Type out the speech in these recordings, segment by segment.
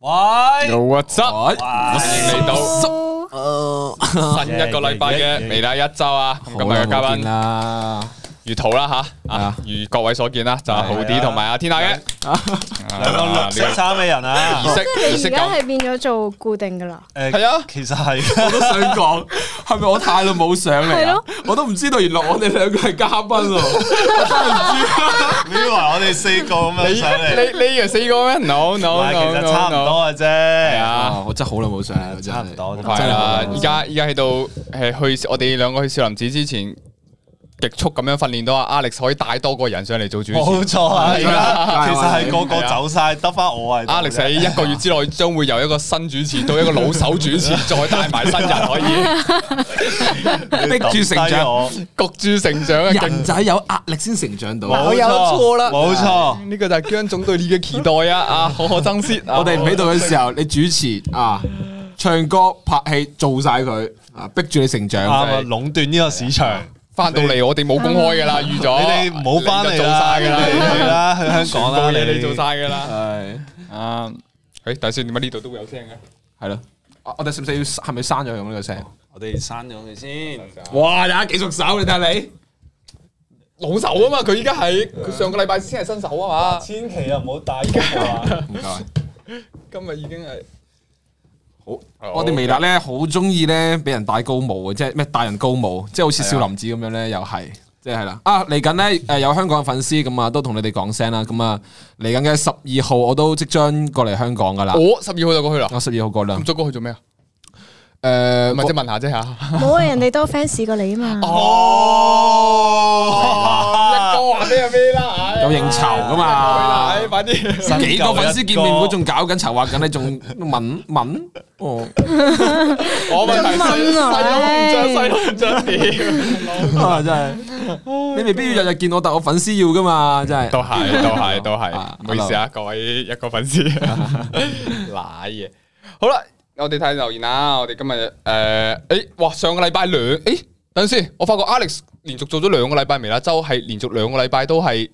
喂， What's up？好歡迎嚟到哦新一個禮拜嘅 Yeah，yeah，yeah，yeah 微辣一周啊！咁今日嘅嘉好耐冇見賓啦，如圖啦吓，係啊啊如各位所見啦，就係好係啊啲同埋阿天下嘅兩個綠色衫嘅人啊，儀式儀即系式你而家感係變咗做固定噶啦，誒 係啊其實係我都想講，係咪我太耐冇上嚟係啊咯？我都唔知道，原來我哋兩個係嘉賓喎，我真係唔知。你以為我哋四個咁樣上啊嚟，你你以為四個咩？No 唔 no 係 no 其 no 實差唔 no，多嘅係啫。啊。啊！我真係好耐冇上嚟，真係差唔多好好快真係好啦！耐冇而上家而家喺度誒去，我哋兩個去少林寺之前，極速咁樣訓練到阿 Alex 可以帶多個人上嚟做主冇持。錯啊，而家係其實係個個走晒，得翻我係。 Alex 喺一個月之內將會由一個新主持到一個老手主持， 再帶埋新人可以逼住成長我，焗住成長嘅勁人仔有壓力先成長到，冇錯冇錯。呢個就係姜總對你嘅期待啊！啊，可可爭先，我哋唔喺度嘅時候，你主持啊、唱歌、拍戲，做晒佢啊，逼住你成啱長。啊，壟斷呢個市場。翻到嚟，我哋冇公開噶啦，預你咗哋唔好翻哦嚟你就做啦，晒你噶啦，哋去啦，去香港全部啦，嘢你做晒噶啦。係啊，誒，但係先點解呢度都會有聲嘅？係咯，啊我哋使唔使要係咪刪咗佢咁呢個聲？我哋刪咗佢先，哇！大家幾熟手，你睇下你。老手啊嘛，佢依家係嗯佢上個禮拜先係新手啊嘛，千祈又唔好大家唔該。今日已經係好，我哋微辣咧好中意咧俾人戴高帽嘅，即係咩大人高帽，即係好似少林寺咁樣咧，又係。即係啦，啊嚟緊咧，誒有香港嘅粉絲咁啊，都同你哋講聲啦，咁啊嚟緊嘅十二號我都即將過嚟香港噶啦，我十二號就過去啦。我十二號過兩咁，再過去做咩啊？誒咪即係問下啫嚇。冇啊！人哋多 fans 過你啊嘛，哦哦，一個話咩就咩啦，唉有應酬㗎嘛唉快啲。幾個粉絲見面會仲搞緊籌劃緊，你仲問問 哦，我問題細中文啊細佬唔着，細佬唔着屌。啊真係，你未必要日日見我，但我粉絲要噶嘛，真係。都係， 都係，都係，啊唔好意思啊，各位一個粉絲， 賴嘢。好啦，我哋睇留言啦。我哋今日誒，誒，哇，上個禮拜兩，誒，等陣先，我發覺 Alex 連續做咗兩個禮拜微辣周，係連續兩個禮拜都係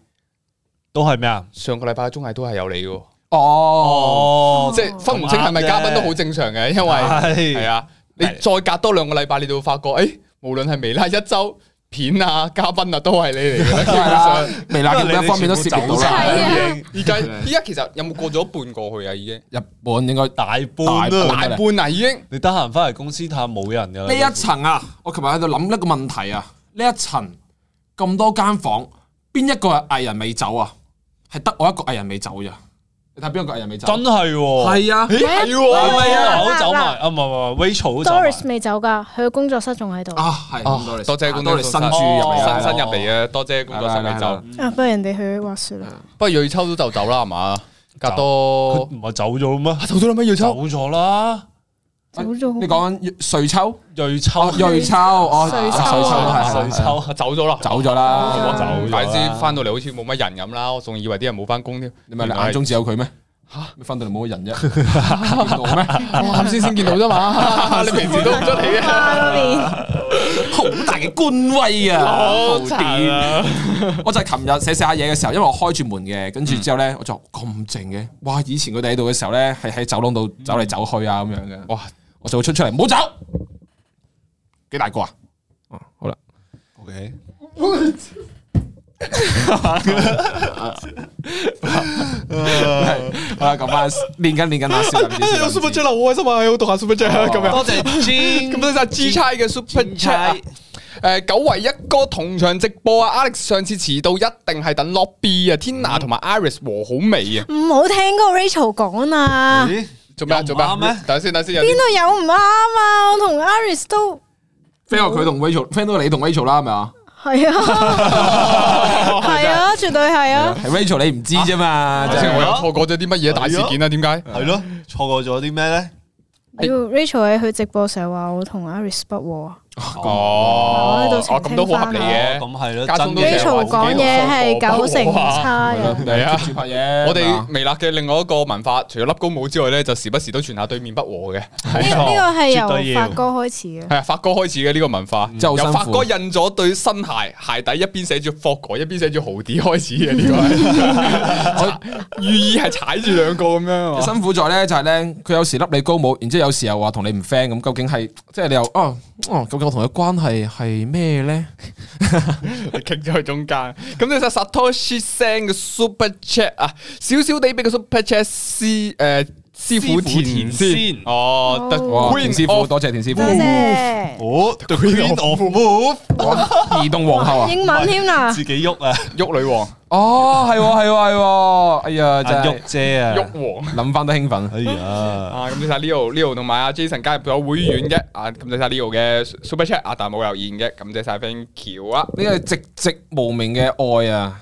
都係咩啊？上個禮拜嘅綜藝都係有你嘅，哦，哦，即係分唔清係咪嘉賓都好正常嘅，因為。系係啊，你再隔多兩個禮拜，你就會發覺，诶、無論係微辣一周片啊、嘉賓啊，都係你啊嚟嘅啦。基係本 啦上，微辣嘅一方面都涉及到係啦，啊依家依家其實有冇過咗半過去啊？已經日本應該大半大啦。大半啦，已經你得閒翻嚟公司探冇人噶啦。呢一層啊，我琴日喺度諗一個問題啊，呢一層咁多間房，邊一個係藝人未走啊？係得我一個藝人未走咋？你睇邊一個藝人未走？真係喎，係啊，咦係喎，係啊，好走埋啊，唔係唔係，Rachel 都走埋 Doris 未走㗎，佢嘅工作室仲喺度。啊啊，係，哦咁多謝啊工多作謝室新注入嚟新啊，哦新入嚟嘅，多謝工作室嗯未走，啊不過人哋去滑雪啦。不過瑞秋都就走啦，係嘛？隔多唔係走咗咩？走咗啦咩？瑞走秋咗啦，走咗你講啊緊瑞秋，瑞秋，哦，瑞秋，瑞秋哦，啊瑞瑞秋係係係秋，走咗啦，走咗哦啦，走咗啦大師翻到嚟好似冇乜人咁啦，我仲以為啲人冇翻工添。你咪原來眼係中只有佢咩？吓，咩翻到嚟冇個人啫， 見到咩？我啱先先見到啫 嘛，你平時都唔出嚟嘅。嘅。好大嘅官威啊！好癲慘啊！我就係琴日寫寫下嘢嘅時候，因為我開住門嘅，跟住之後咧，我就咁靜嘅。哇！以前佢哋喺度嘅時候咧，係喺走廊度走嚟走去啊咁樣嘅。哇！我就會出出嚟，唔好走。幾大個啊？好啦， OK， 好啦，咁啊，練緊練緊啊，少林寺少林 super 寺 chat 啦，好開心啊！我讀下 super chat 啊咁樣。多謝 Jean 咁多謝 G 差嘅 super chat 啊。誒，久違一哥同場直播啊！Alex 上次遲到一定係等 lobby 啊，Tina 同埋 Iris 和好味啊！唔好聽個 Rachel 講啊，邊咦，做咩啊？又唔做咩啊啱 咩？等下先，等下先，有啲度有唔啱啊？我同 Iris 都 friend 過佢同 Rachel，friend 到你同 Rachel 啦，係咪啊？係啊，係啊，絕對係啊。係 Rachel 你唔知啫嘛，頭真先係啊我又錯過咗啲乜嘢大事件啊？點解？係咯，錯過咗啲咩咧？哎要 Rachel 喺佢直播成日話我同 Iris 不和啊，哦我喺度澄哦咁都好合理清返嘅。咁係咯，家中都成日 Rachel 話講自己嘢係老九成婆啊差嘅。係啊你 keep 住拍嘢，我係嘛哋微辣嘅另外一個文化，除咗笠高帽之外咧，就時不時都傳下對面不和嘅。冇呢錯呢個係絕對由要發哥開始嘅。係啊，發哥開始嘅呢個文化，真係好辛由苦發哥印咗對新鞋，鞋底一邊寫住霍哥，一邊寫住豪啲開始嘅啊呢個係，我寓意係踩住兩個咁樣啊。辛苦在咧就係咧，佢有時笠你高帽，然之後有時又話同你唔 friend 咁，究竟係即係你又哦哦，究竟我同佢關係係咩咧？你傾咗去中間，咁呢就 Satoshi 聲嘅 Super Chat 啊，少少地俾個 Super Chat 師誒師傅師傅填田先先，哦，得哇，田師 Queen 傅 of 多謝田師多傅，謝哦，The Queen of Move，移動 皇后啊！英文添啦，自己喐啊，玉女王，哦，係喎係喎係喎，哎呀真阿係喐姐啊玉，王。諗翻都興奮。哎呀，啊，咁就晒 Leo，Leo 同埋阿 Jason 加入咗會員嘅，啊，咁就晒 Leo 嘅 Super Chat 啊，但係冇留言嘅，咁就晒 Thank you 啊，呢個寂寂無名嘅愛啊，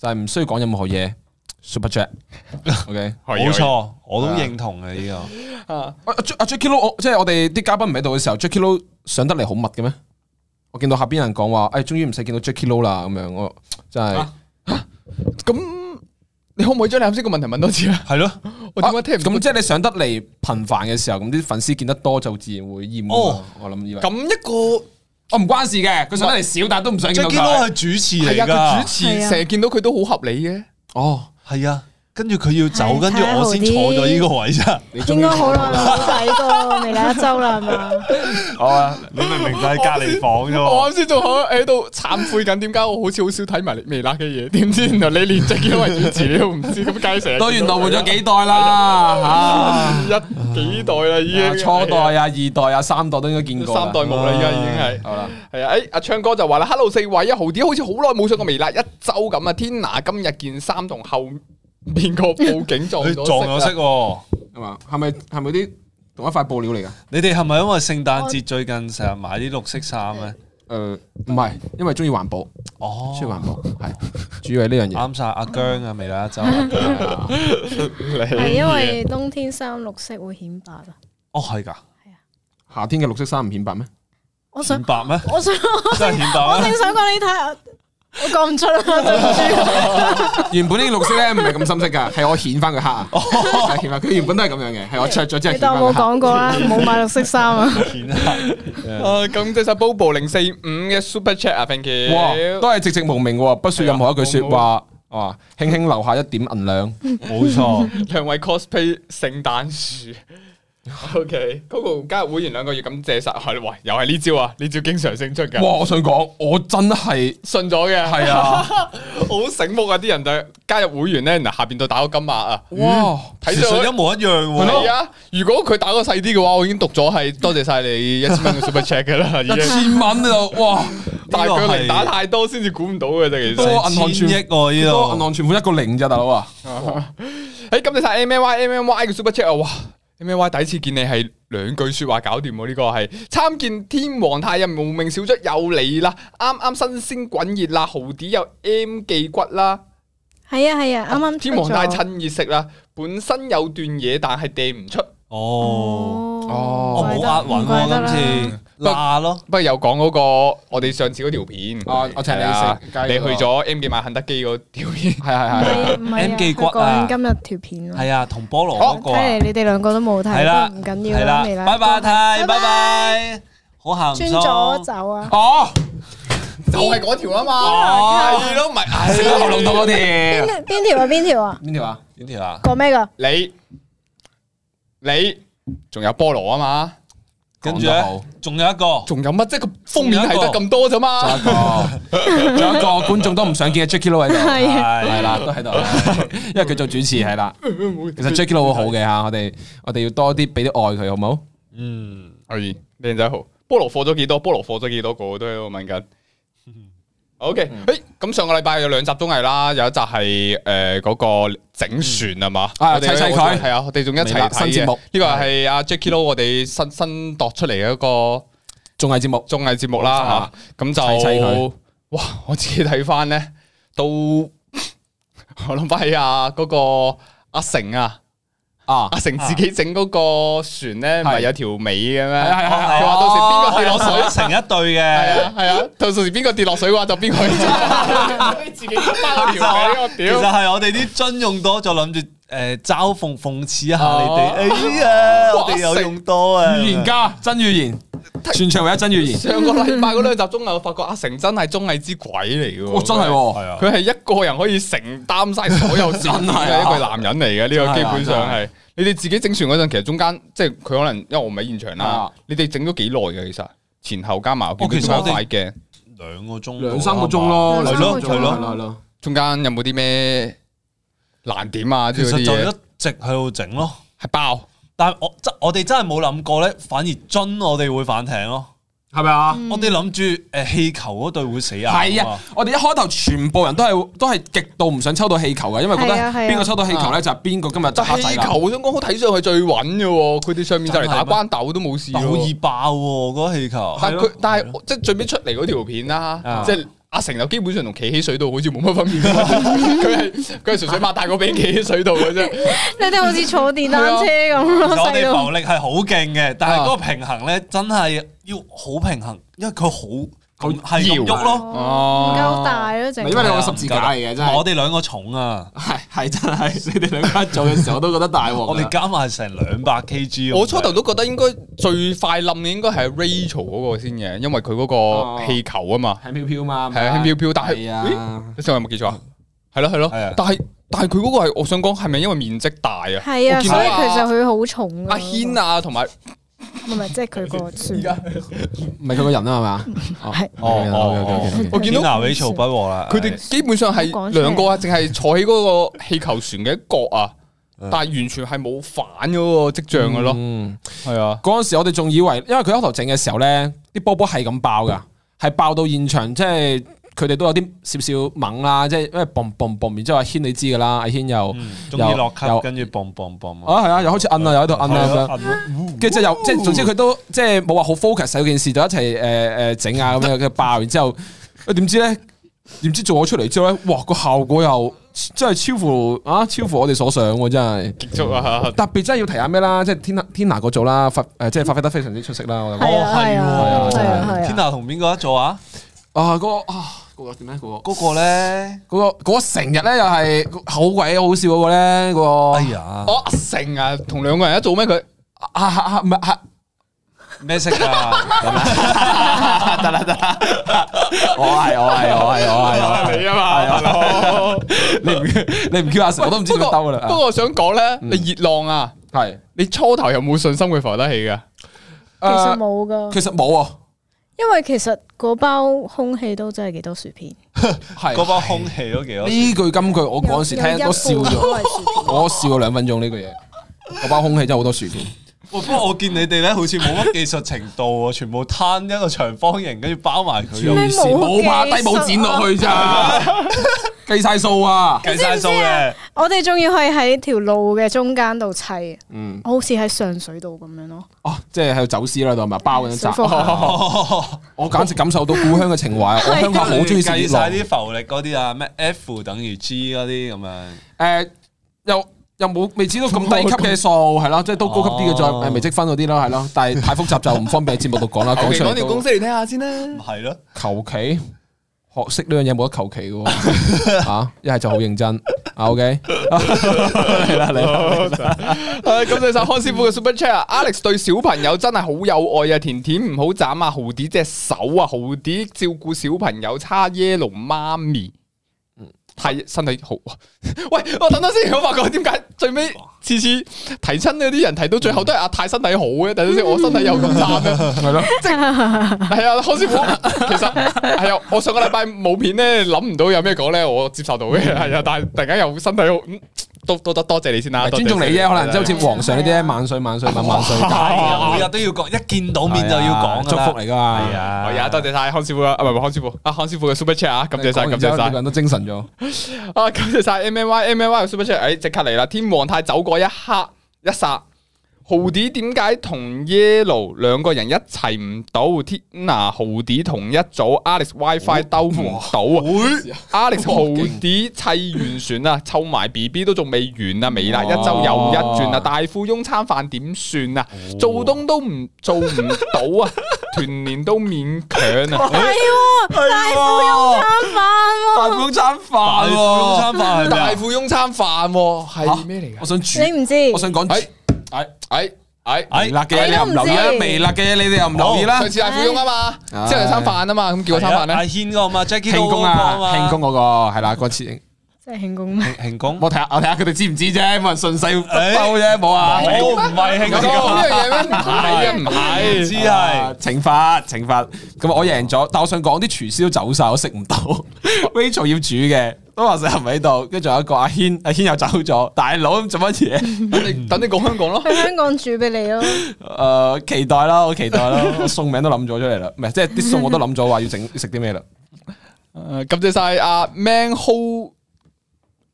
就係唔需要講任何嘢。Super Jack，OK、冇錯，我都認同嘅呢啊，喂阿 Jack- 阿 Jackie Lou，我即係我哋啲嘉賓唔喺度嘅時候，Jackie Lou 上得嚟好密嘅咩？我見到下邊有人講話，誒、哎，終於唔使見到 Jackie Lou 啦，咁樣我真係啊咁你可唔可以將你啱先個問題問多次啊？ 個，係咯。我點解聽唔啊咁到？即係你上得嚟頻繁嘅時候，咁啲粉絲見得多就自然會厭惡。啊哦我諗以為，咁一個我唔關事嘅，佢上得嚟少，但係都唔想見到 Jackie Lou 係佢。哦主持係嚟啊，噶佢主，係持啊成日見到佢都好合理嘅，哦，係啊，跟住佢要走，係啊跟住我先坐咗呢個位咋， 應該好耐冇睇過未啦一周啦，係嘛？好啊，哦你明明就喺隔離房哦啫我喎，哦啱先仲喺度懺悔緊，點解我好似好少睇埋微辣嘅嘢？點知原來你連隻叫為主持你都唔知，咁梗係成日都原來換咗幾代啦，啊一幾代啦，已吓、啊經初代啊、二代啊、三代都應該見過啦。啊三代冇啦，而家已經係。好啦。系啊，诶，阿昌哥就話啦，Hello 四位啊，豪啲好似好耐冇上過微辣一周咁啊，Tina 今日件衫同後面個布景撞佢咗撞咗色色啊，喎。係嘛？係咪係咪啲同一塊布料嚟噶？你哋係咪因為聖誕節最近成日買啲綠色衫咧？誒唔係，因為中意環保，哦，中意環保係主要係呢樣嘢。啱晒阿姜啊，未啦，就 阿姜啊係因為冬天衫綠色會顯白啊！哦係㗎，夏天嘅綠色衫唔顯白咩？我想顯，白咩？我想，真係顯白我咩？正想講你睇下，我講唔出啦，對唔住。原本呢個綠色咧唔係咁深色㗎，係我顯翻佢黑啊，係顯翻佢原本都係咁樣嘅，係我着咗之你後顯當翻冇佢黑。啊講過啦，冇買綠色衫啊！顯黑啊，咁即係 Bobo 零四五嘅 Super Chat 啊，thank 哇， you。都係寂寂無名喎，不説任何一句説話，哇，輕輕留下一點銀兩。 冇錯，兩位 cosplay 聖誕樹。OK，Coco 加入會員兩個月，咁借實係喂，又係呢招啊，呢招經常勝出哇！㗎，我想講，我真係信咗嘅，係啊， 好醒目啊！啲人就加入會員咧，嗱下邊度打個金額啊。哇！睇睇上去上一模一樣係喎，啊，如果佢打個細啲嘅話，我已經讀咗係多謝晒你一千蚊嘅 super check 噶啦，已一經。千蚊就哇，但係佢零打呢個係太多先至估唔到嘅啫，其多實。銀行千億存喎呢多銀度，行存款一個零咋，大佬啊！ 誒，咁你哎晒 M M Y M M Y 嘅 super check 啊，哇！M M Y 第一次見你係兩句説話搞掂喎，呢個係參見天皇太任無名小卒又嚟啦，啱啱新鮮滾熱啦，豪啲有 M 記骨啦。係啊係啊，啱啱天皇出太咗趁熱食啦，本身有段嘢但係掟唔出。哦，哦我怪冇得押韻唔怪得啦喎，今次不嗱咯，不過有講嗰個我哋上次嗰條片，啊我請你食係啊雞嗰個你去咗 M 記買肯德基嗰條片，係 係係。唔係 M 記骨佢啊講緊今日條片咯。係啊，同菠蘿嗰個睇啊嚟，你哋兩個都冇睇，係啦，不過唔緊要係啦，啦未啦，拜拜，太，拜拜拜，好鹹轉心，咗走啊！哦，就係嗰條啊嘛，哦 係咯，咪係喉嚨痛嗰條，邊邊邊條啊？邊條啊？條啊？邊條啊？講咩噶？你你仲有菠蘿啊嘛，跟住講得咧好，仲有一 個。仲有乜即係個封面係得咁多咋仲有嘛一，個，仲有一個觀眾都唔想見嘅 Jackie Lou 喺度，係啊，係係啦，都喺度，因為佢做主持係啦。其實 Jackie Lou 好好嘅吓，我哋我哋要多啲俾啲愛佢，好冇？嗯，可以靚仔好，菠蘿貨咗幾多？菠蘿貨咗幾多個？我都喺度問 緊。O K，誒嗯咁上個禮拜有兩集綜藝啦，有一集係誒嗰個整船啊嘛，啊我哋砌砌佢係啊，我哋仲一齊微辣睇新節嘅目呢個係阿 Jackie Lou 我哋新新度出嚟嘅一個。綜藝節目綜藝節目啊啦吓，咁砌砌就佢哇！我自己睇翻咧， 都我諗翻起啊嗰個阿成啊，啊阿成自己整嗰個船咧，咪係有條尾嘅咩？係係係係佢話到時邊個跌落水哦我成一對係嘅。啊係啊，到時邊個跌落水嘅話就邊個去執 自己執翻條尾，我其實屌！係我哋啲樽用多咗，諗住诶嘲諷諷刺一下你哋。哦哎呀，哇我哋有用多啊！预言家真预言，全場唯一真預言，上個禮拜嗰兩集綜藝，我發覺阿成真係綜藝之鬼嚟嘅哇喎，哦真係系喎，啊，佢係一個人可以承擔晒所有 事真係啊嘅一個男人嚟嘅，呢個基本真係上啊係。你哋自己整船嗰陣，其實中間即係佢可能，因為我唔喺現場啦啊，你哋整咗幾耐嘅其實前後加埋，我見哦其實到我哋快嘅。兩個鐘，兩三個鐘。咯，兩三個鐘係係係咯，中間有冇啲咩難點啊？其之類實啲就嘢一直喺度整咯，係爆，但系我真我哋真係冇諗過咧，反而樽我哋會反艇咯。係咪啊？我哋諗住诶氣球嗰對會死硬嘛。係啊，我哋一開頭全部人都係都係極度唔想抽到氣球嘅，因為覺得係啊係啊邊個抽到氣球咧就係邊個今日但打係仔氣啦球。我想講好睇上去最穩嘅喎，佢哋上面就嚟打真係咩關鬥都冇事喎。但好易爆喎嗰個氣球。但係佢咯但係即係最尾出嚟嗰條片啦啊，即係阿成就基本上同企喺水度好似冇乜 分別，佢係佢係純粹擘大個髀企喺水度 嘅啫。你哋好似坐電單車咁啊咯，我細哋到浮力係好勁嘅，但係嗰個平衡咧真係要好平衡，因為佢好佢係咁搖喐咯。哦啊唔夠大咯，淨因為你有個十字架嚟嘅真係我哋兩個重啊，係係真係， 你哋兩家做嘅時候我都覺得大鑊啊㗎。我哋加埋成兩百 kg。我初頭都覺得應該最快冧嘅應該係 Rachel 嗰個先嘅，因為佢嗰哦個氣球啊嘛，輕飄飄嘛，係啊輕飄飄，但係係啊，你先我有冇記錯啊？係咯係咯係啊，但係但係佢嗰個係我想講係咪因為面積大啊？係啊，我見所到以其實佢好重阿軒啊，啊，同埋唔係唔係即係佢 個船。唔係佢個人啊係啊嘛？係哦哦，我見到嗱 Rachel 不和啦，佢哋基本上係兩個啊，淨係坐喺嗰個氣球船嘅一角啊，嗯但係完全係冇反嗰個跡象嘅咯，嗯，係啊。嗰陣時我哋仲以為，因為佢開頭整嘅時候咧，啲波波係咁爆噶，係爆到現場，即係佢哋都有啲少少猛啦，即係因為嘣嘣嘣，然之後阿軒你知噶啦，阿軒又嗯中意落嗯級有，跟住嘣嘣嘣啊係啊，又開始摁啊，又喺度摁啊咁樣。樣跟住就又即係總之佢都即係冇話好 focus 喺嗰件事，就一齊誒誒整啊咁樣嘅爆，然之後啊點知咧？點知做咗出嚟之後咧，哇個效果又真係超乎啊超乎我哋所想喎，真係結束啊！特別真係要提下咩啦，即係天天拿嗰組啦，發誒即係發揮得非常之出色啦，哦我覺得係啊係啊係啊係啊， Tina 同邊個一組啊？啊嗰個啊嗰個點咧嗰個嗰個咧，嗰個嗰個成日咧又係好鬼好笑嗰個咧嗰個哎呀，哦，阿成啊，同兩個人一組咩？佢啊啊啊唔係啊咩色啊？得啦得啦，我係我係我 係我係我係。你啊嘛，大佬。你唔你唔 Q 阿成，我都唔知不點過兜不過噶啦。啊嗯我想講咧，你熱浪啊，係，你初頭有冇信心會浮得起噶？其實誒，冇噶，啊其實冇啊，因為其實嗰包空氣都真係幾多薯片。係嗰包空氣都幾多？呢句金句，我嗰陣時聽都笑咗， 咗。我笑咗兩分鐘呢句嘢。嗰包空氣真係好多薯片，喂不過我見你哋咧，好似冇乜技術程度喎，全部攤一個長方形，跟住包埋佢咩咁，冇技冇術啊拍低冇剪落 去咋，計晒數啊！計晒數嘅。我哋仲要係喺條路嘅中間度砌，嗯，好似喺上水道咁樣咯。哦，即係喺度走私啦，度係咪包緊一水扎貨？ 客我簡直感受到故鄉嘅情懷啊！我鄉下好中意食計熱晒浪。啲浮力嗰啲啊，咩 F 等於 G 嗰啲咁樣。誒，又又冇未知道咁低級嘅數係咯，即係都高級啲嘅再哦誒微積分嗰啲啦，係咯。但係太複雜就唔方便喺節目度講啦，講講出嚟講條都公。司嚟聽下先啦。係咯，求其學識呢樣嘢冇得求其嘅喎，啊，一係就好認真啊，OK，嚟啦嚟啦，誒咁哎謝晒康師傅嘅 Super Chat 啊！Alex 對小朋友真係好有愛啊！甜甜唔好斬啊，豪啲隻手啊，豪啲照顧小朋友，差 yellow 媽咪。太身體好， 喂！我等等先，我發覺點解最尾次次提親嗰啲人提到最後都係阿太身體好嘅，等等先，我身體有咁差咩？係咯，系啊，康師傅，其實係啊，我上個禮拜冇片咧，諗唔到有咩講咧，我接受到嘅嗯係啊，但係突然間又身體好，嗯多多多多謝你啊先啦，尊重你多謝啫，可能即係好似皇上呢啲咧，萬歲萬歲萬萬歲，每日都要講，一見到面就要講祝㗎啦福嚟㗎嘛，係啊，你。係啊，多謝晒康師傅啊，啊唔係唔係康師傅，啊康師傅嘅 super chat 啊，感謝晒，講感完之後謝晒個，人都精神咗，啊哎感謝晒 M M Y M M Y 嘅 super chat，誒即刻嚟啦，天王太走過一刻一剎，好豪啲點解同 Yellow 兩個人一齊唔到？天啊，豪啲同一組，Alex WiFi 兜唔到啊！Alex 豪啲砌完船啊，湊埋 B B 都仲未完啊，微辣一周又一轉啊，大富翁餐飯點算啊？做東都唔做唔到啊， 團年都勉強 啊！系大富翁餐大飯富喎，翁餐大飯富喎翁餐飯係咩啊？大富翁餐飯喎係咩嚟我㗎？想煮，你唔知？我想講哎哎哎哎！哎微辣嘅嘢你又唔留意啦，微辣嘅嘢你哋又唔留意啦 上，次大富翁啊嘛，唉之後有餐飯啊嘛，咁叫我餐飯係啊阿咧，軒嗰個嘛，Jackie 慶功嗰啊個，嘛慶功嗰個係啦，嗰次即係慶功咩？慶功，我睇下我睇下佢哋知唔知啫，冇人順勢哎兜啫，冇啊，我唔係慶有功講哦呢啊，樣嘢咩？唔係啊，唔唔係知。係。惩罚惩罚，咁我贏咗，但我想講啲廚師都走晒，我食唔到 ，Rachel 要煮嘅，都話成日唔喺度，跟住仲有一個阿軒，阿軒又走咗，大佬咁做乜嘢？等你等你講香港咯。去香港煮俾你咯，诶、呃期待啦，我期待啦，我餸名都諗咗出嚟啦，唔係即係啲餸我都諗咗話要整食啲咩啦。誒感謝晒阿 Man Ho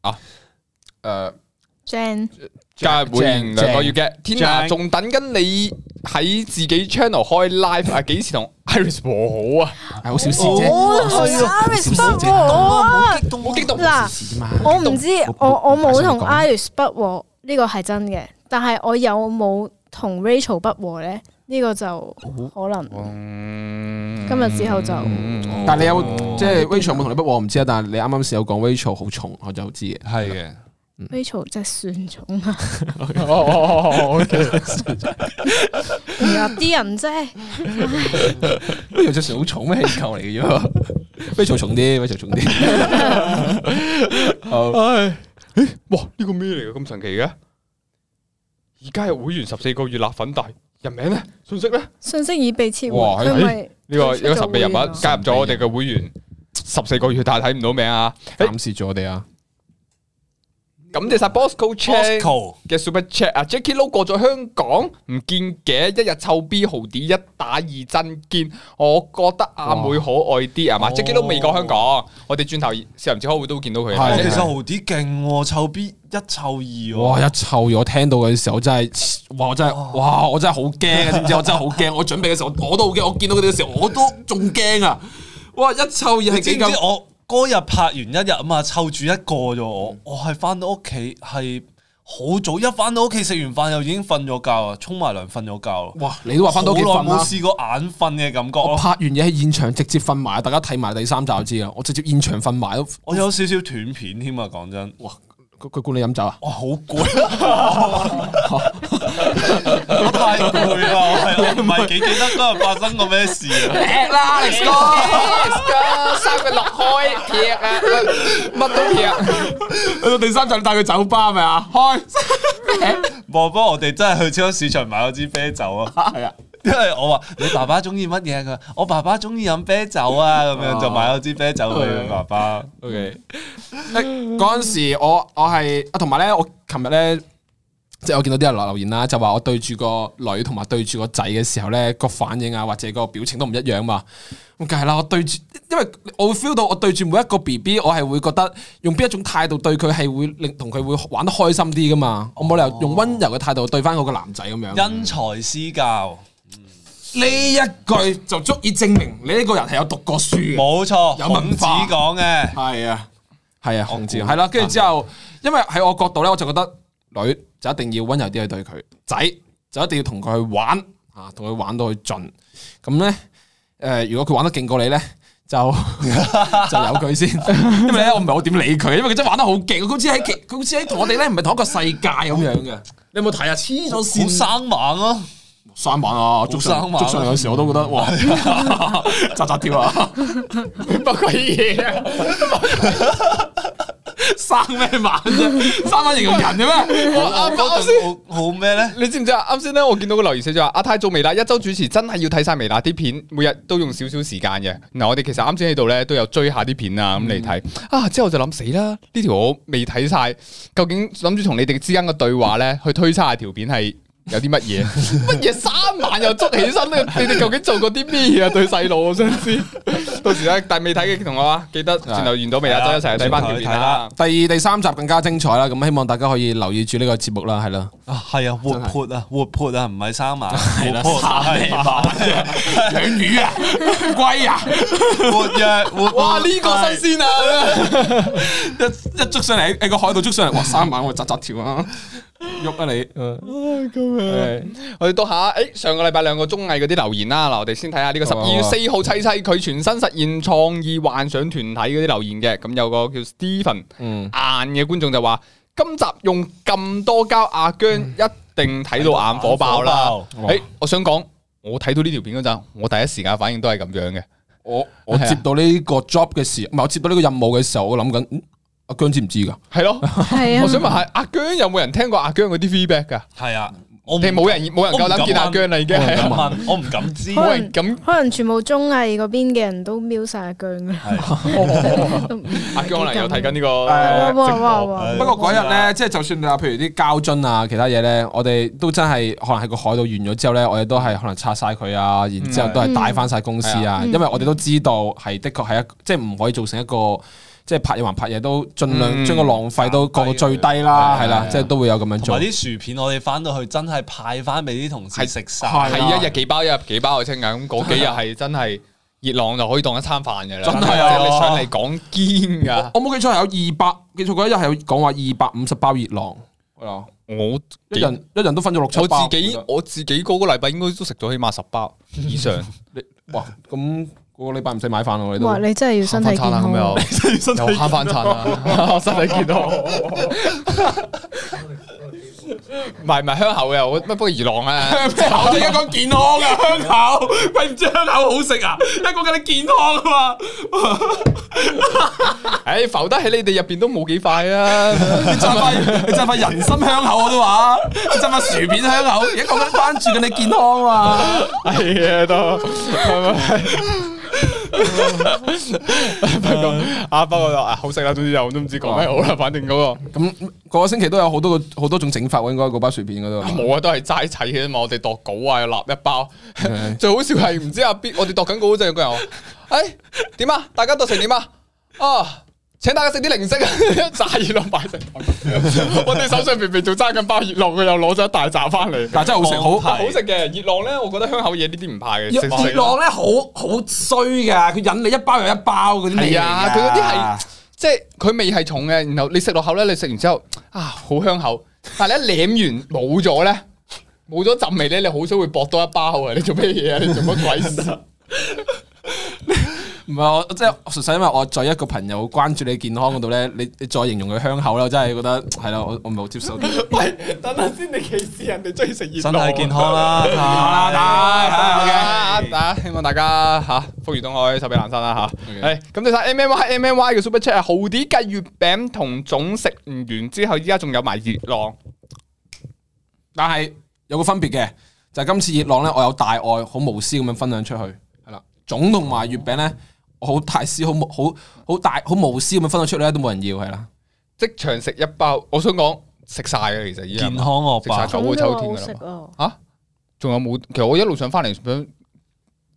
啊，誒 Jane 家會員兩個月嘅天啊，正仲等緊你喺自己 channel 開 live 啊？幾時同 Iris 和好啊？係好小事啫，我同好小事哦啊 Iris 小事不啫和啊！好 激動！嗱，事啫嘛。我唔知，我我冇同我想 Iris 不和呢個係真嘅，但係我有冇同 Rachel 不和咧？呢個就可能嗯今日之後就但係你有即係 Rachel 有冇同你不和我唔知啊，但係你啱啱試有講 Rachel 好重，我就知嘅。係嘅， Rachel 即係算重啊！哦哦 哦，OK 有啲人即係 Rachel 隻船好重咩？氣球嚟嘅啫。Rachel 重啲，Rachel 重啲。唉，咦哇！呢個咩嚟嘅？咁神奇嘅？而家有會員十四個月辣粉大人名咧，信息咧？ 信息已被撤回，哇佢咪哎呢個一個神秘人退物出咗會員啊加入咗我哋嘅會員十四個月，但係睇唔到名啊！誒監視住我哋啊！感謝晒 Bosco Chan。 Costco 嘅 Super Chat 啊，Jackie Lou 過咗香港唔見嘅，一日臭 B 豪啲一打二真堅，我覺得阿妹可愛啲係嘛哦？Jackie Lou 未過香港，我哋轉頭少林寺開會都會見到佢哇係其嘅。實豪啲勁喎，臭 B 一臭二喎。哇！一臭我聽到嘅時候真係，哇！我真係，哇！我真係好驚啊！知唔知？我真係好驚。我準備嘅 時候我都好驚，我見到佢哋嘅時候我都仲驚啊！哇！一臭二係你知幾唔知咁？我嗰日拍完一日啊嘛，湊住一個咗我，我係翻到屋企係好早，一翻到屋企食完飯又已經瞓咗覺啊，沖埋涼瞓咗覺咯。哇！你都話翻到屋企好耐瞓冇啦。試過眼瞓嘅感覺我咯，拍完嘢喺現場直接瞓埋，大家睇埋第三集就知啦。我直接現場瞓埋都，我有少少斷片添啊！講真，哇！佢佢管你飲酒啊？哇好 攰，我太攰啦，我係我唔係幾記得嗰日發生過咩事啊！叻啦，Alex 哥！三個落開劈啊，乜都劈。去 到第三集你帶佢酒吧咪啊？開莫波，我哋真係去超級市場買咗支啤酒啊！係啊！因為我話你爸爸中意乜嘢？佢話我爸爸中意飲啤酒啊，咁樣就買咗支啤酒俾佢爸爸。 OK，嗰阵时我我係啊，同埋咧，我琴日咧，即系我見到啲人留留言啦，就話我對住個女同埋對住個仔嘅時候咧，個反應啊或者個表情都唔一樣嘛。咁梗係啦，我對住，因為我會 feel 到我對住每一個 B B，我係會覺得用邊一種態度對佢係會令同佢會玩得開心啲噶嘛。我冇理由用温柔嘅態度對翻嗰個男仔咁樣。因材施教，呢一句就足以證明你呢個人係有讀過書嘅。冇錯，有文化孔子講嘅。系啊，系啊，控制我系估啦，跟住之後，因為喺我角度咧，我就覺得女就一定要温柔啲去對佢，仔就一定要同佢去玩啊，同佢玩到去盡。咁咧，诶、如果佢玩得勁過你咧，就 就由佢先，因為咧我唔係好點理佢，因為佢真係玩得好勁，佢好似喺其佢好似喺同我哋咧唔係同一個世界咁樣嘅。你有冇睇啊？黐咗好線！生猛咯，三晚啊，捉上生猛捉上嚟嘅時候，我都覺得哇， 扎扎跳啊，乜鬼嘢啊？生咩猛啫？生猛形容人嘅咩？我啱啱先。好好咩咧？你知唔知啊？啱先咧，我見到個留言寫咗話阿泰做微辣一周主持，真係要睇晒微辣啲片，每日都用少少時間嘅。嗱，我哋其實啱先喺度咧都有追下啲片啊，咁嚟睇啊。之後我就諗死啦，呢條我未睇晒，究竟諗住同你哋之間嘅對話咧，去推測下條片係有啲乜嘢？乜嘢三晚又捉起身咧？你哋究竟做過啲咩嘢啊？對細路我想知。到時咧，但係未睇嘅同學啊，記得前頭完到未啊，係啊就一齊睇翻條片啦。第二、第三集更加精彩啦，咁希望大家可以留意住呢個節目啦，係啦，啊，系啊，活潑啊，活潑啊，唔係生猛，活啦潑係養魚啊，龜啊，哦活躍活哇！潑呢個新鮮啊！一一捉上嚟喺個海度捉上嚟，哇！三晚我扎扎跳啊，喐啊你，嗯我哋讀下，诶，上個禮拜兩個綜藝嗰啲留言啦，嗱，我哋先睇下呢個十二月四號砌砌佢全新實現創意幻想團體嗰啲留言嘅，咁有個叫 Stephen 嗯，硬嘅觀眾就話：今集用咁多膠，阿姜一定睇到眼火爆啦！哇诶，我想講，我睇到呢條片嗰陣，我第一時間反應都係咁樣嘅。啊我我接到呢個 job 嘅時，唔係我接到呢個任務嘅時候，我諗緊，嗯阿姜知唔知㗎？係咯，系啊，我想問下阿姜有冇人聽過阿姜嗰啲 feedback 㗎？係啊，我唔你冇人冇人夠膽見阿姜啦，已經我唔係敢啊問，我唔敢知，冇人咁可能全部綜藝嗰邊嘅人都瞄晒阿姜啦。哦阿姜可能有睇緊呢個哇直啊哇哇播。哇！不過嗰日咧，即係就算你話譬如啲膠樽啊、其他嘢咧，我哋都真係可能喺個海度完咗之後咧，我哋都係可能拆晒佢啊，然之後都係帶翻晒公司啊，嗯因為我哋都知道係的確係一即係唔可以造成一個即係拍嘢還拍嘢，都盡量嗯將個浪費都降到最低啦，係啦，即係都會有咁樣同做埋。啲薯片我哋翻到去真係派翻俾啲同事食晒，係啊係一日幾包，一日幾包嘅清緊，咁嗰幾日係真係熱浪就可以當一餐飯嘅啦。真係啊即係你上嚟講堅㗎，我冇記錯係有二百，記錯嗰一日係有講話二百五十包熱浪，係啊，我一人一人都分咗六七包。我自己我自己嗰個禮拜應該都食咗起碼十包以上，哇，咁嗰個禮拜唔使買飯喎，你都哇！你真係要 身體健康啊。又又慳翻餐啦， 我身體健康。唔係唔係香口嘅，我乜不過魚浪啊，口就一講 健康噶香口，喂唔知香口好食啊？一講緊你健康啊嘛， 唉浮得起你哋入邊都冇幾快啊。你賺翻你賺翻人參香口我啊都話，你賺翻薯片香口，而家講緊關注緊你健康啊嘛。系啊，都 不過啊，不過啊，好食啦，總之又都唔知講咩好啦，反正嗰個咁個個星期都有好多個好多種整法喎，應該嗰包薯片 嗰度。冇啊，都係齋砌嘅嘛，我哋度稿啊，立一包， 最好笑係唔知阿 B，我哋度緊稿嗰陣有個 人話，诶，點啊？大家度成點啊？啊！請大家食啲零食 啊！一炸熱浪擺成台， 我哋手上明明仲揸緊包熱浪，佢又攞咗一大扎翻嚟，但真係好食，好放題好食嘅熱浪咧，我覺得香口嘢呢啲唔怕嘅，食熱食浪咧好好衰噶，佢引你一包又一包嗰啲味係啊佢嗰啲係即係佢味係重嘅，然後你食落口咧，你食完之後啊，好香口，但係你一舐完冇咗咧，冇咗陣味咧，你好想會搏多一包啊！你做咩嘢啊？你做乜鬼事啊？唔係我即係純粹因為我在一個朋友關注你健康嗰度咧，你你再形容佢香口啦，我真係覺得係啦，我我唔係好接受到。喂，等下先，你歧視人哋中意食熱身體健康啦，啦，啊大！OK，大家希望大家吓福如東海，手比南山啦吓。 OK 係咁，你睇 M M Y M M Y 嘅 Super Chat 係豪啲雞月餅同粽食唔完之後，依家仲有埋熱浪。但係有個分別嘅，就係今次熱浪咧，我有大愛，好無私咁樣分享出去，係啦。粽同埋月餅咧，我好大私，好無好好大好無私咁樣分享出去咧，都冇人要係啦。即場食一包，我想講食晒嘅其實依家健康惡食晒霸咗。咁都好食哦。仲有冇？其實我一路想翻嚟想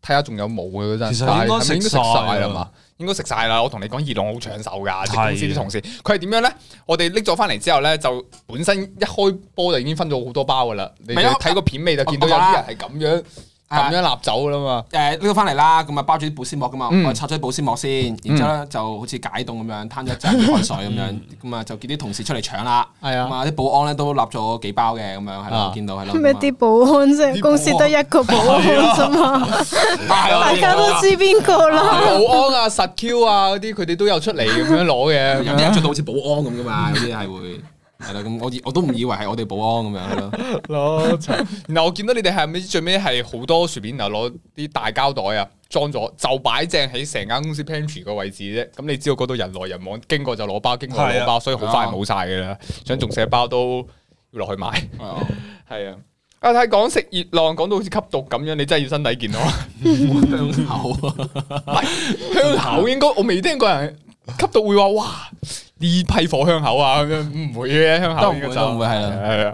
睇下仲有冇嘅嗰陣，其實但係應該係咪食食晒晒啦啦嘛，應該食晒啦。我同你講，二浪好搶手㗎，即係係公司啲同事，佢係點樣咧？我哋拎咗翻嚟之後咧，就本身一開波就已經分咗好多包㗎啦。你啊咪咯睇個片尾就見到我有我啲話人係咁樣咁樣立走㗎啦嘛。誒呢個翻嚟啦，咁啊包住啲保鮮膜噶嘛，嗯我拆咗啲保鮮膜先，然之後咧就好似解凍咁樣，攤咗一陣汗水咁樣，咁啊就見啲同事出嚟搶啦，嗯係咁啊，啊啲保安咧都立咗幾包嘅咁樣，係啊啦，我見到係啦。咩啲保安啫？公司得一個保安啫嘛，啊大家都知邊個啦。保安啊、實 Q 啊嗰啲，佢哋都有出嚟咁樣攞嘅。啊有啲人着到好似保安咁噶嘛，有啲係會係啦，咁我以我都唔以為係我哋保安咁樣係 咯。攞然後我見到你哋係咪最尾係好多薯片，然後攞啲大膠袋啊裝咗，就擺正喺成間公司 pantry 個位置啫。咁你知道嗰度人來人往，經過就攞包，經過就攞包，所以好快冇晒㗎啦。想仲食包都要落去買。係啊係啊，啊睇講食熱浪講到好似吸毒咁樣，你真係要身體健康。香口啊，香口應該我未聽過人吸毒會話哇呢批火香口啊，咁樣唔會嘅香口都唔應該會就都唔會係啦係啊。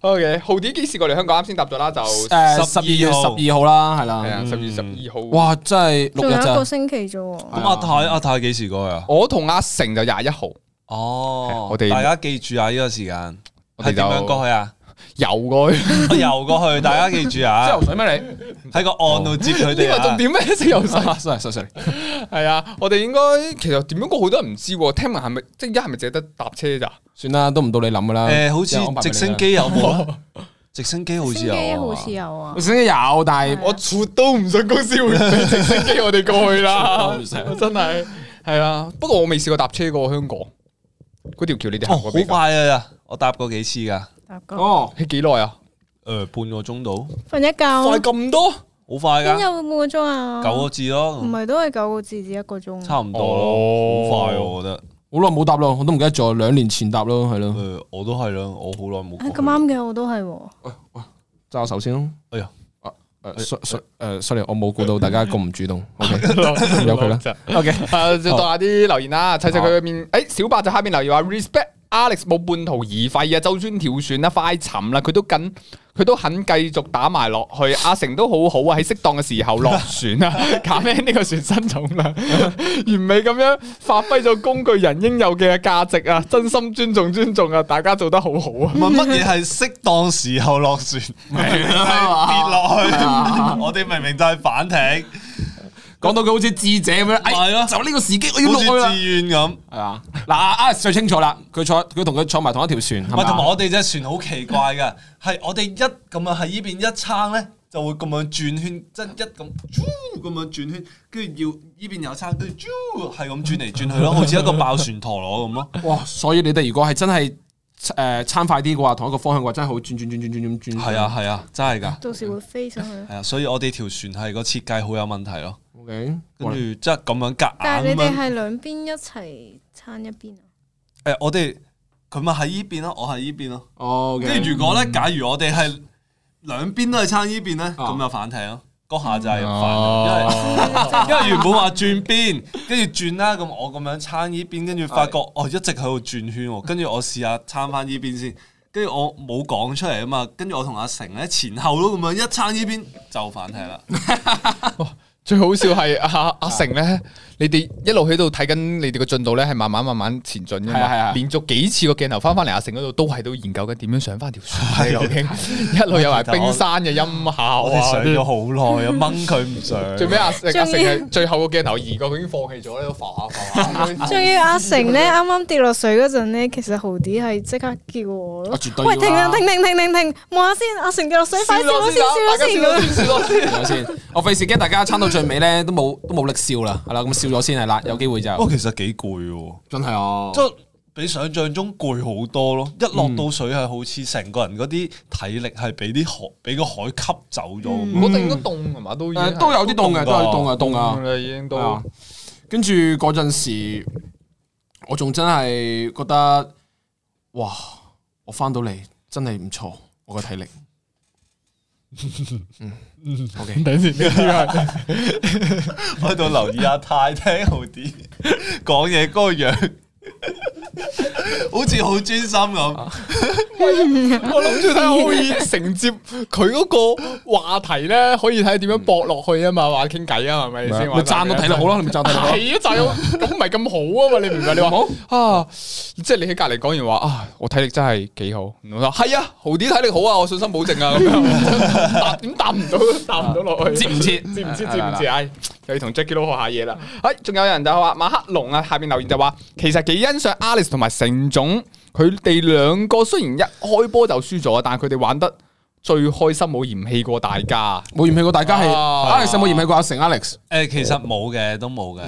OK，浩典幾時過嚟香港？啱啊先答咗啦，就诶，呃十12二月號十二號啦，係係啊，啦。十二十二號。哇，真係仲六有日一咋個？星期啫喎。咁阿太阿太幾時過去啊？我同阿成就廿一號哦，我哋大家記住啊！呢個時間我哋係就點樣過去啊？ 游過去，我游過去，大家記住即係啊！游水咩你？喺個岸度接佢哋呢個重啊！點咩？識游水 sorry sorry sorry，係啊！我哋應該其實點樣過好多人唔知喎。聽聞係咪即係而家係咪淨係得搭車咋？算啦，都唔到你諗噶啦。誒，好有安排似直俾你升啦機有冇 啊？直升機好似星期一有好啊似有啊直，升機有，但係我絕都唔信公司會俾直升機我哋過去啦，絕對唔真係係啊！不過我未試過搭車過香港，嗰條橋你哋哦，行過好未㗎？快啊！我搭過幾次噶，搭過哦，你幾耐啊？誒半個鐘度，瞓一快覺，咁多？好快邊噶，有半個鐘啊？九個字咯唔，係都係九個字至一個鐘。差唔多哦咯，哦好快啊我覺得。好耐冇搭咯，我都唔記得咗，兩年前搭咯，係咯。誒，我都係咯，我好耐冇啊過去。咁啱嘅，我都係喎。揸手先咯。哎呀，誒，so- so- 誒，sorry，我冇估到大家咁唔 主動。OK，由 佢啦。OK，啊，就讀下啲留言啦，睇睇佢面。诶，小白就下面留言話 respect Alex 冇半途而廢啊，就算跳船啦、快沉啦，佢都緊，佢都肯繼續打埋落去。阿成都好好啊，喺適當嘅時候落船 啊，減輕呢個船身重量，完美咁樣發揮咗工具人應有嘅價值啊！真心尊重尊重啊，大家做得好好啊！問乜嘢係適當時候落船，係啊跌落去？ 我哋明明就係反艇，講到佢好似智者咁樣，係哎，咯就呢個時機我要落去好似啦。自愿咁。係啊，嗱啊最清楚啦，佢坐佢同佢坐埋同一條船，係喂，同埋嘛？我哋隻船好奇怪嘅，係我哋一咁樣喺呢邊一撐咧，就會咁樣轉圈，即係一咁啾咁樣轉圈，跟住要呢邊有撐，跟住啾係咁轉嚟轉 去咯，好似一個爆旋陀螺咁咯。哇！所以你哋如果係真係誒撐快啲嘅話，同一個方向嘅話，真係好轉轉轉轉轉轉轉。係啊係啊，真係㗎。到時會飛上去。 係啊，所以我哋條船係個設計好有問題咯， ，OK，跟住即係咁樣夾但係硬你咁哋樣。係兩邊一齊撐一邊啊？誒，我哋佢咪喺呢邊咯，我喺呢邊咯。哦，跟住如果嗯咧，假如我哋係兩邊都係撐呢邊咧，啊哦咁就反艇咯。嗰下就係反艇，因為 因為嗯哦原本話轉邊，跟住轉啦，咁我咁樣撐呢邊，跟住發覺哦一直喺度轉圈喎，跟住我試下撐翻呢邊先，跟住我冇講出嚟啊嘛，跟住我同阿成咧前後都咁樣一撐呢邊就反艇啦，最好笑係阿啊阿成咧，你哋一路喺度睇緊你哋嘅進度咧，係慢慢慢慢前進嘅係啊係嘛。啊連續幾次個鏡頭翻翻嚟阿成嗰度，都係都研究緊點樣上翻條船呢。究啊竟一路有埋冰山嘅音效我哋上啊咗。好耐啊，掹佢唔上，最尾阿成阿成終於係最後個鏡頭移過，佢已經放棄咗咧，都浮下浮下嗯咁樣。仲要阿成咧，啱啱跌落水嗰陣咧，其實豪啲係即刻叫我我咯。絕對喂，停要啊啦停停停停停，望下先，阿成跌落水，快笑笑我咯先，笑大我家先笑咁咯笑咯樣。先。係咪先？我費事驚大家撐到最尾咧，都冇都冇力笑啦，係啦，咁笑咗先係啦，有機會就啊不過其實幾攰喎。哦真係啊即係比想象中攰好多咯。一落到水係好似成個人嗰啲體力係俾啲海俾個海吸走咗咁。我哋應該凍啊係嘛？都已經誒係都有啲啊凍嘅，都有啲凍嘅，凍啊！啦，已經係都啊。跟住嗰陣時，我仲真係覺得，哇！我翻到嚟真係唔錯，我個體力。嗯，OK，等陣先。我喺度留意阿泰聽好啲，講嘢嗰個樣，好似好專心咁。 我諗住睇下可唔可以承接佢嗰個話題咧，可以睇下點樣駁落去啊嘛，話傾偈啊，係咪先？你讚我體力好啦，你咪 讚我體力好啦。係啊，就咁咁唔係咁好啊嘛，你明唔明？你話啊，即係你喺隔離講完話啊，我體力真係幾好。我話係啊，豪啲體力好啊，我信心保證 啊，咁樣答點答唔到，答唔到落去，啊接唔切接唔切，係啦接唔切，唉，又要同 Jackie 都學下嘢啦。唉，仲有人就話馬克龍啊，下邊留言就話其實幾欣賞 Alice 同埋成總，佢哋兩個雖然一開波就輸咗，但係佢哋玩得最開心，冇嫌棄過大 家。冇嫌棄過大家係啊 Alex 有冇嫌棄過阿成 Alex？誒，其實冇嘅，都冇嘅，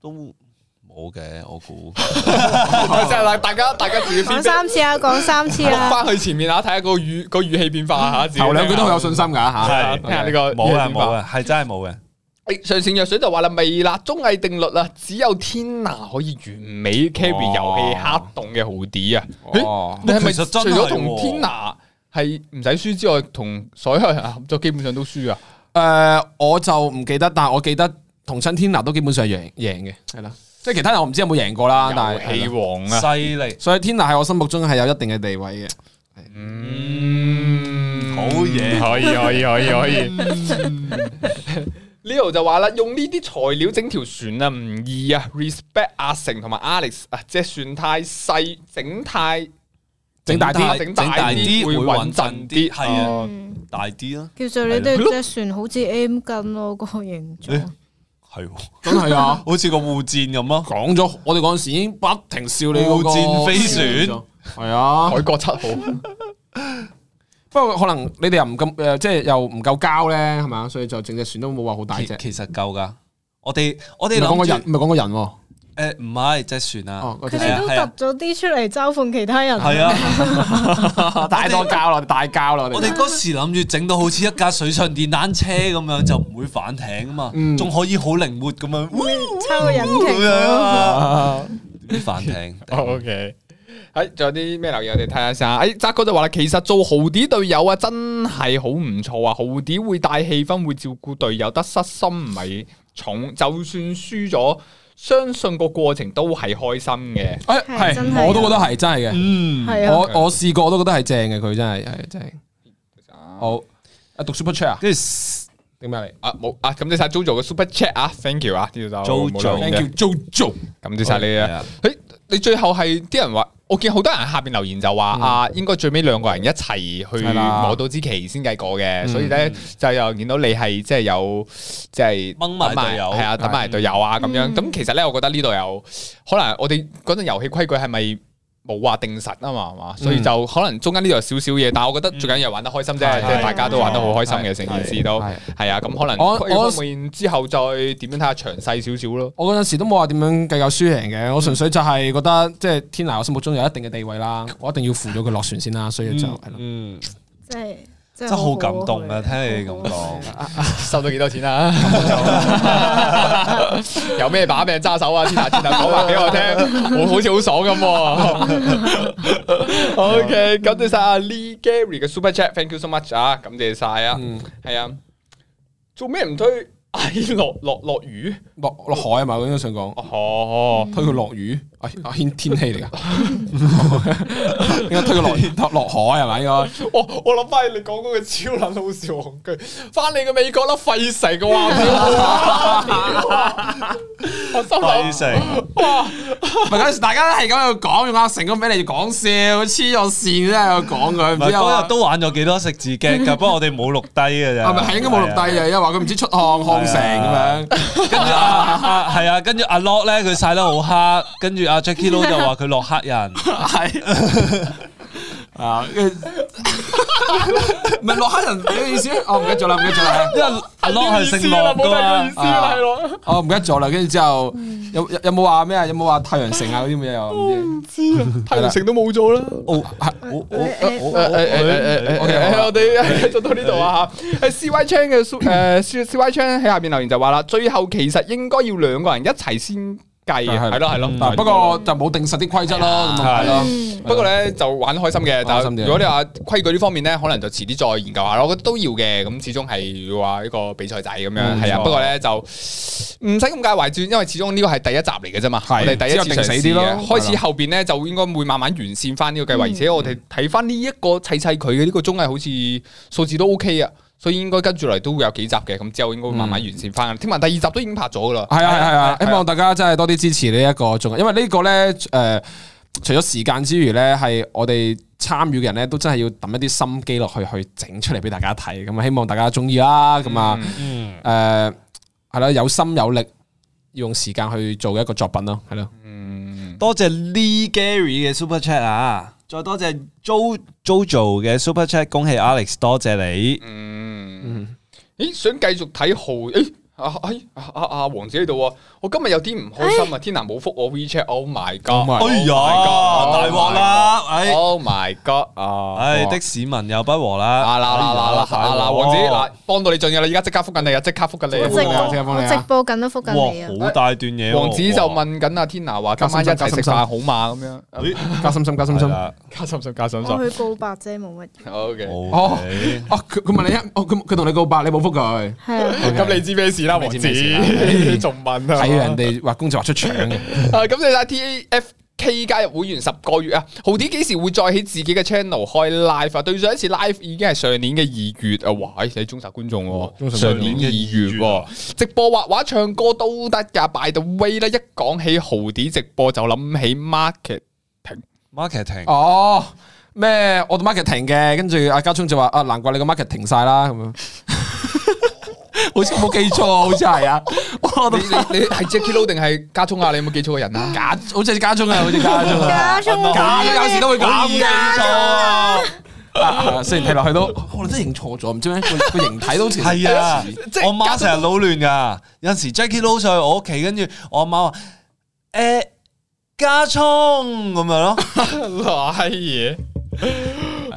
都冇嘅，我估。就係啦大家大家自己 feedback 講三次啊，講三次碌啊。翻去前面啊，睇下個語個語氣變化吓。自己頭兩句都好有信心㗎聽嚇。下，聽下呢個冇啊嘅，冇嘅，係真係冇嘅。嘅。上線藥水就話啦，微辣綜藝定律啊，只有天娜可以完美 carry 遊戲黑洞嘅豪迪啊！咦哦，你係咪其除實真係喎咗同天娜係唔使輸之外，同所有人合作基本上都輸啊？呃誒，我就唔記得，但係我記得同親天拿都基本上贏贏嘅，係啦。即係其他人我唔知有冇贏過啦，但遊戲係王啊，犀利，所以天娜喺我心目中係有一定嘅地位嘅。嗯，好嘢可以可以可以可以。Leo 就話啦，用呢啲材料整條船啊唔易啊，respect 阿成同埋 Alex 啊，隻船太細，整太整大啲啊整整大大啲啲會會穩穩陣陣啲哦啲，係啊，嗯，大啲啊，叫做你對隻船好似 M 巾咯，個形狀誒。係喎，真係 啊！好似個護墊咁咯，講咗，我哋嗰阵时已經不停笑你嗰個護戰飛船係啊，哦海角七號，不過可能你哋又唔咁诶，即係又唔夠膠咧，係嘛，所以就整隻船都冇話好大其隻。其實夠㗎。我哋我你哋講個諗人，住唔係講個人喎。誒唔係隻船啊，哦，嗰佢隻哋船都係啊突咗啲出嚟嘲諷其他人。係啊，太多膠啦， 大膠啦，我我哋哋嗰時諗住整到好似一架水上電單車咁樣，就唔會反艇啊嘛，嗯仲可以好靈活咁樣，抽個引擎咁樣咯。啊，嗯點反艇？ O K，喺哦哎仲有啲咩留言我哋睇下先啊！誒，澤哥就話啦，其實做豪啲隊友啊，真係好唔錯啊！豪啲會帶氣氛，會照顧隊友，得失心唔係重，就算輸咗，相信個過程都係開心嘅。誒係真係啊係，我都覺得係真係嘅。嗯，係啊，我我试过，我都覺得係正嘅，佢真係係真係好。啊，讀 super chat 啊，跟住定咩嚟啊冇啊！感謝晒 JoJo 嘅 Super Chat 啊，thank you 啊，呢度就冇留言？Thank 嘅 you JoJo。感謝晒你哦係啊啊！誒，你最後係啲人話，我見好多人下邊留言就話啊，應該最尾兩個人一齊去嗯係啦嗯摸到支旗先計過嘅，所以咧就又見到你係即係有即係掹埋隊友係啊，等埋隊友啊咁樣。嗯咁其實咧，我覺得呢度有可能我哋嗰陣遊戲規矩係咪？冇話定實啊嘛，係嗯嘛，所以就可能中間呢度有少少嘢，但係我覺得最緊要係玩得開心啫，係即係係大家都玩得好開心嘅係成件事都係係啊，咁可能我規我方面之後再點樣睇下詳細少少咯。我嗰陣時都冇話點樣計較輸贏嘅，嗯我純粹就係覺得即係天娜我心目中有一定嘅地位啦，我一定要扶咗佢落船先啦，所以就係咯。嗯，真係真真係係好好感動動啊！聽你咁講， 收咗幾多錢 啊？有咩把柄揸手啊？天下天下講話俾我聽，我好似好爽咁 喎。OK，感謝晒阿 Lee Gary 嘅 Super Chat，thank you so much 啊！感謝晒啊，嗯，係啊，做咩唔推？哎，落落落雨落落海啊嘛，我應該想講，哦，推佢落雨，哎阿軒天氣嚟噶， 應該推佢落落落海係咪？應該我我諗翻你講嗰個超撚好笑戇居，翻你個美國啦，費城嘅話， 我心費諗城哇！唔係嗰陣時大家都係咁樣講，用阿成咁俾你講笑，黐咗線真係有講佢，唔唔係知啊嗰日都玩咗幾多食 字 g 噶，不過我哋冇錄低嘅咋。係咪係應該啊冇錄低嘅，因為話佢唔知出汗汗成咁樣。跟 住啊，係啊，跟住阿 Lock 咧，佢晒得好黑，跟住阿 Jackie Lou 就話佢落黑人，系啊，跟住唔係洛克人嘅意思？哦，唔記得咗啦，唔記得咗 啦。因為啊阿 Lock 係姓洛噶嘛。啊哦，唔記得咗啦。跟住之後有有有冇話咩啊？有冇話太陽城啊嗰啲咁嘅嘢又 唔知。太陽城都冇咗啦。哦哦我誒誒誒誒誒誒我哋做到呢度啊嚇。誒 C Y Chan 嘅蘇誒 C Y Chan 喺下邊留言就話啦，最後其實應該要兩個人一齊先計嘅，啊係嗯咯係咯。嗱，啊不過就冇定實啲規則咯，咁啊係嗯咯。不過咧就玩得開心嘅，開心就如啲啊果你話規矩呢方面咧，可能就遲啲再研究下咯。我覺得都要嘅，咁始終係要話一個比賽仔咁嗯樣，係啊。冇錯不過咧就唔使咁介懷住，因為始終呢個係第一集嚟嘅啫嘛，我係啊哋第一之後定次死嘗試啲咯嗯嘅。開始後邊咧就應該會慢慢完善翻呢個計劃，而且我哋睇翻呢一個砌砌佢嘅呢個綜藝，好似數字都 OK 啊。所以應該跟住嚟都會有幾集嘅，咁之後應該會慢嗯慢完善翻。聽聞第二集都已經拍咗噶啦，係啊係啊係啊，希係啊望大家真係多啲支持呢一個綜藝，因為呢個咧誒，除咗時間之餘咧，係我哋參與嘅人咧都真係要抌一啲心機落去去整出嚟俾大家睇，咁啊希望大家中意啦，咁啊誒係啦，有心有力，要用時間去做嘅一個作品咯，係咯，嗯多謝 Lee Gary 嘅 Super Chat 啊，再多謝 Jo Jojo 嘅 Super Chat，恭喜 Alex，多謝你。嗯，咦，想繼續睇號？誒，啊哎啊啊啊！王子喺度喎，我今日有啲唔開哎心啊！天南冇覆我 WeChat，Oh my god！ Oh my- 哎呀，大鑊啦！哎！Oh my god！啊，唉，的市民又不和啦！啊啦啦啦啦哎呀啊啦！王子嗱，幫到你盡嘅啦，而家即刻覆緊你啊！即刻覆緊我即直刻你覆啊！播即刻幫你我啊直播緊都覆緊你啊！哇，好大段嘢喎。王子就問緊阿啊天南話：今晚一齊食飯好嘛？咁樣咦，加心心加心心，哦係 加心心加心心。我去告白啫，冇乜嘢。 O K，啦哦哦，佢佢問你一，哦佢佢同你告白，你冇覆佢，係啊，咁你知咩事啦，咩王事子咩事 啦仲問啊？睇人哋畫公仔畫出腸嘅，啊，咁你睇 T A F K 加入會員十個月啊，豪啲幾時會再喺自己嘅 channel 開 live 啊？對上一次 live 已經係上年嘅二月啊，哇！你忠實觀眾忠喎，實觀眾上年嘅二月喎，直播畫畫、唱歌都得㗎。By the way 咧，一講起豪啲直播就諗起 market。 marketing 哦。咩？我 marketing 嘅，跟住阿家聰就話啊，難怪你個 marketing 晒啦咁樣， 好似冇記錯，好似係啊，我你你你係 Jackie Lou 定係家聰啊？你有冇記錯個人啊？假， 好似家聰啊，好似家聰 家啊，中假有時都會咁記錯啊，嘅，雖然睇落去都，我哋真係認錯咗，唔知咩個個形體 都似係啊即係，我媽成日撈亂噶，有陣時 Jackie 撈上去我屋企，跟住我媽話誒加葱咁樣咯，賴嘢。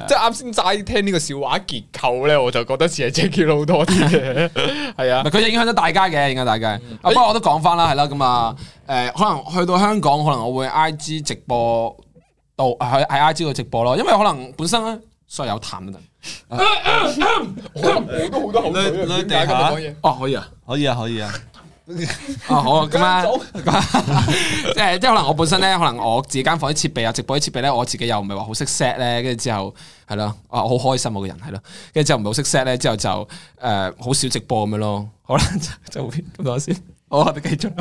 即係啱先齋聽呢個笑話結構咧，我就覺得似係 Jackie Lou 多啲嘅，係啊唔係。佢影響咗大家嘅，影響大家。啊，不過我都講翻啦，係啦，咁啊，誒，可能去到香港，可能我會 I G 直播到喺喺 I G 度直播咯，因為可能本身咧，所以有啊痰都得。女女我都好多口水啊，點解今日講嘢？哦，可以啊，可以啊，可以啊，啊好啊，咁啦，早 即係即係可能我本身咧，可能我自己間房啲設備啊，直播啲設備咧，我自己又唔係話好識 set 咧，跟住之後係咯，啊我好開心我個人係咯，跟住之後唔係好識 set 咧，之後就誒好少直播咁樣咯，好啦，就就 咁多先，好，我哋繼續。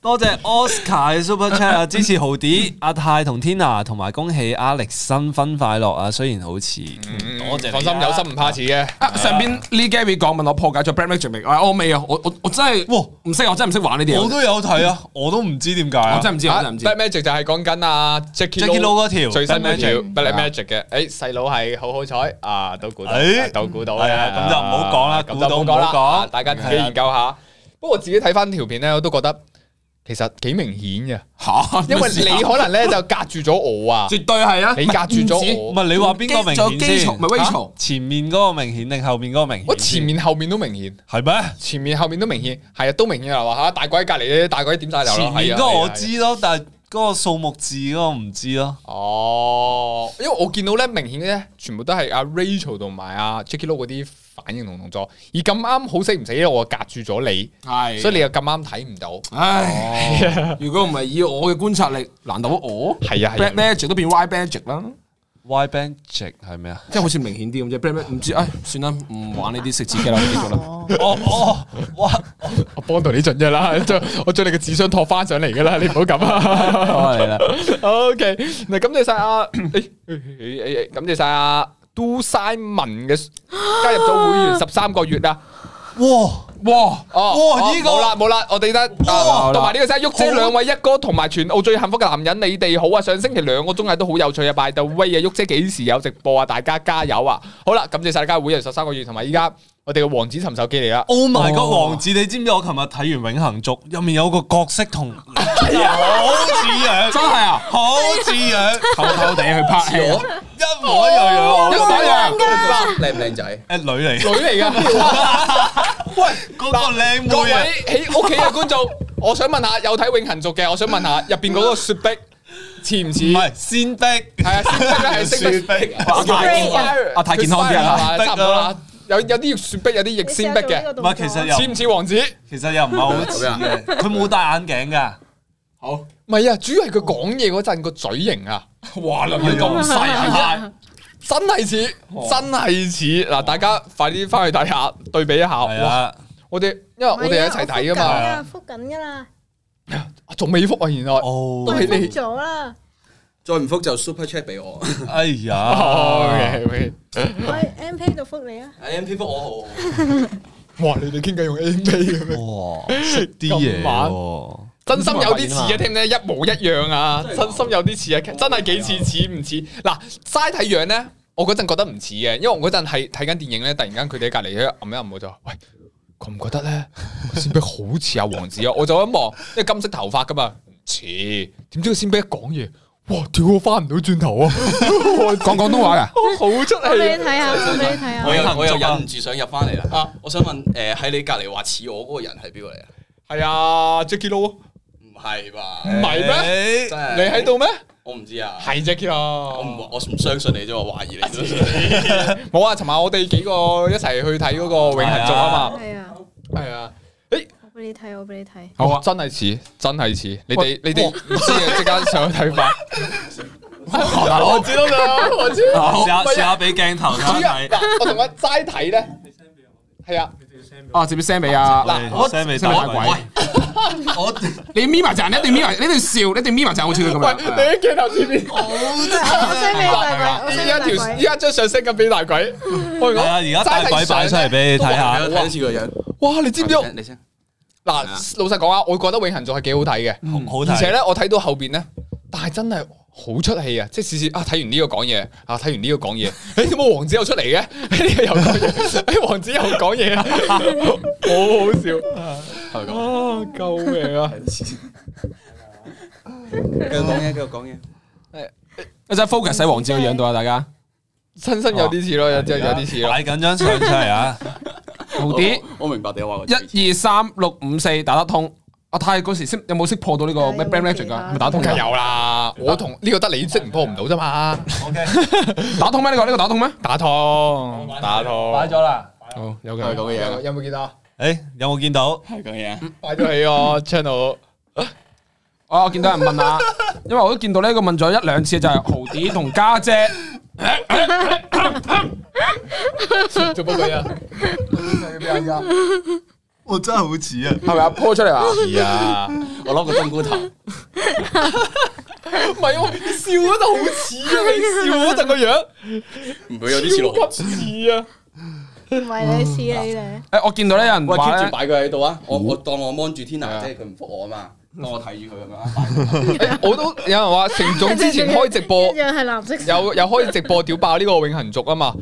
多謝 Oscar 嘅 Super Chat 啊，支持豪啲、阿泰同 Tina，同埋恭喜 Alex 新婚快樂啊！雖然好似多謝你啊嗯放心，有心唔怕恥嘅。啊！上邊呢 Gary 講問我破解咗 Black Magic 未？我我未啊！我我我真係哇唔識啊！我真係唔識玩呢啲嘢，我我都有睇啊，我都唔知點解啊。真係唔知，我真係唔知 Black。Magic 就係講緊啊 Jackie Jackie Lou 嗰條最新 Black 嗰條 Magic 啊 Black Magic 嘅，誒細佬係好好彩啊，都估到誒，都估到係嘅，啊咁就唔好講啦咁估就到唔好講唔好講啦，啊大家自己研究下。不過我自己睇翻條片咧，我都覺得其實幾明啊顯嘅，嚇，因為你可能咧就隔住咗我啊，絕對係啊！你隔住咗唔唔我，係你話邊個明顯基先礎？咪微嚇嘈前面嗰個明顯定後面嗰個明顯？我前面後面都明顯。係咩？前面後面都明顯，係啊都明顯啊！話嚇大鬼喺隔離，大鬼點晒頭啦前面係啊嗰個我係啊係啊知咯，但係嗰個數目字嗰個唔知咯。哦，因為我見到咧明顯咧，全部都係阿 Rachel 同埋阿 Jackie Lou 嗰啲反應同動作，而咁啱好死唔死咧，我隔住咗你，係，所以你又咁啱睇唔到。唉，如果唔係以我嘅觀察力，難道我哦係啊係 Black 啊， Magic 都變 Y Magic 啦？ Y band j 係咩啊？即係好似明顯啲咁啫。Black Magic 唔知，唉，算啦，唔玩呢啲食自己 啦，繼續啦。哦哦，哇！我幫到你盡嘅 啦，將我將你嘅智商托翻上嚟嘅啦，你唔好咁啊。嚟 啦， O K，嗱，感謝晒阿， 誒誒誒感謝晒阿 Do Simon 嘅加入咗會員十三個月啊！哇！哇！哦，哇哦呢個冇啦冇啦，我哋得哇啊同埋呢個聲，旭好姐兩位一哥同埋全澳最幸福嘅男人，你哋好啊！上星期兩個綜藝都好有趣啊，by the way 啊，旭姐幾時有直播啊？大家加油啊！好啦，感謝晒大家會員十三個月，同埋依家我哋嘅王子尋手機 嚟啦。 Oh my 哦 god！王子，你知唔知我琴日睇完《永恒族》入面有個角色 同真係好似樣，真係啊，好似 樣，偷偷地去拍戲啊，一模一樣樣我覺得。靚唔靚仔？誒女嚟，女嚟㗎，嗰個靚各妹啊！位喺屋企嘅觀眾， 我想問下有睇《永恆族》嘅，我想問下入邊嗰個雪碧似唔似？唔係先逼，係啊，雪碧係雪冰碧。碧。阿泰阿泰健康啲啊，係逼嘛啊差唔多啦。有有啲雪碧，有啲逆先碧嘅，唔係其實似又唔似王子？其實又唔係好 似啊嘅，佢冇戴眼鏡㗎。好。唔係啊，主要係佢講嘢嗰陣個嘴型啊，哇！你咁細啊，真係似，真係似。嗱，大家快啲翻去睇下，對比一下。係哇！啊，我哋因為我哋一齊睇噶嘛，嘛复緊啊㗎啦，仲未復啊，原來。哦都，係覆你咗啦，再唔覆就 super chat 俾我。哎哦呀， OK，OK 我喺 M P 度覆你啊。 M P 覆我好，哇！你哋傾偈用 A P 咁 樣，哇，識啲嘢喎。真心有啲似啊，聽唔聽？一模一樣啊，真心有啲似啊，真係幾似似唔似？嗱，齋睇樣咧，我嗰陣覺得唔似嘅，因為我嗰陣係睇緊電影咧，突然間佢哋喺隔離咧暗一暗我就話喂。覺唔覺得咧？先比好似阿王子啊！ 我就一望，因為金色頭髮噶嘛，唔似。點知佢先比一講嘢，哇！屌我翻唔到轉頭啊！ 講廣東話㗎。好出我俾氣你睇下，我俾你睇下我。有又我又有忍唔住想入翻嚟啦啊。我想問誒，喺你隔離話似我嗰個人係邊個嚟啊？啊！係啊，Jackie Lou，唔係吧？唔係咩？咩真你係喺？度咩？我唔知啊。係 Jackie 啊！我唔我唔相信你啫，我懷疑你啫。冇啊！尋晚我哋幾個一齊去睇嗰個《永恆族》啊嘛，係啊，誒、係啊，我俾你睇，我俾你睇。好啊哦真係似，真係似。你哋喂你哋唔知嘅，即刻上去睇翻。大佬，知道啦， 我知道。啊試下試下俾鏡頭睇一睇。嗱，我同佢齋睇咧，係啊，啊，直接 send 俾啊！嗱，我我 send 俾真係大鬼鬼，我你眯埋陣，你一定眯埋，你一定笑，你一定眯埋陣，好似佢咁喂，樣。你喺鏡頭前面，我 send 俾大鬼，我依家 send 俾條大依鬼。家張相 send 緊俾大鬼，我係啊！而家大鬼擺出嚟俾你睇啊睇下，睇一次個人，哇！你知唔知我？你先，嗱，老實講啊，我覺得永恆族係幾好睇嘅。好好而且睇。咧，我睇到後邊咧，但係真係好出戲啊！即係次次啊，睇完呢個講嘢，啊睇完呢個講嘢， 誒點解王子又出嚟嘅？ 呢個又講嘢， 誒王子又講嘢，啊 好好笑啊！救命啊！繼續講嗯嘢，繼續講嘢。一陣 focus 喺王子嘅樣度啊，大家親身有啲似咯，有有有啲似咯。擺緊張相出嚟 啊！好啲，我我明白你話我一二三六五四打得通。阿泰嗰時識有冇識破到呢個係咩有 brand 冇啊 magic 其他㗎？係咪打通梗係㗎？有啦，我同呢個得你識唔幫唔到啫嘛。打通咩？呢個呢個打通咩？打通，打通，擺咗啦。好有係嘅。講嘅嘢，有冇見到啊？誒，有冇見到？係講嘢。啊擺咗喺個 channel。哦，我見到有人問啊， 因為我都見到呢個問咗一兩次，就係豪子同家姐。做乜鬼啊？我真係好似啊！係咪啊？po 出嚟啊？係啊，我攞個冬菇頭，嗯唔係喎，你笑嗰度好似啊，你笑嗰陣個樣唔會有啲似六合超級似啊！唔係你試你咧，誒，我見到呢有人喂話，keep 咧住擺佢喺度啊！我我當我 mon 住天啊，即係佢唔覆我啊嘛，當我睇住佢咁樣。啊我都有人話成總之前開直播一，樣係藍色。有有開直播屌爆呢個永恆族啊嘛。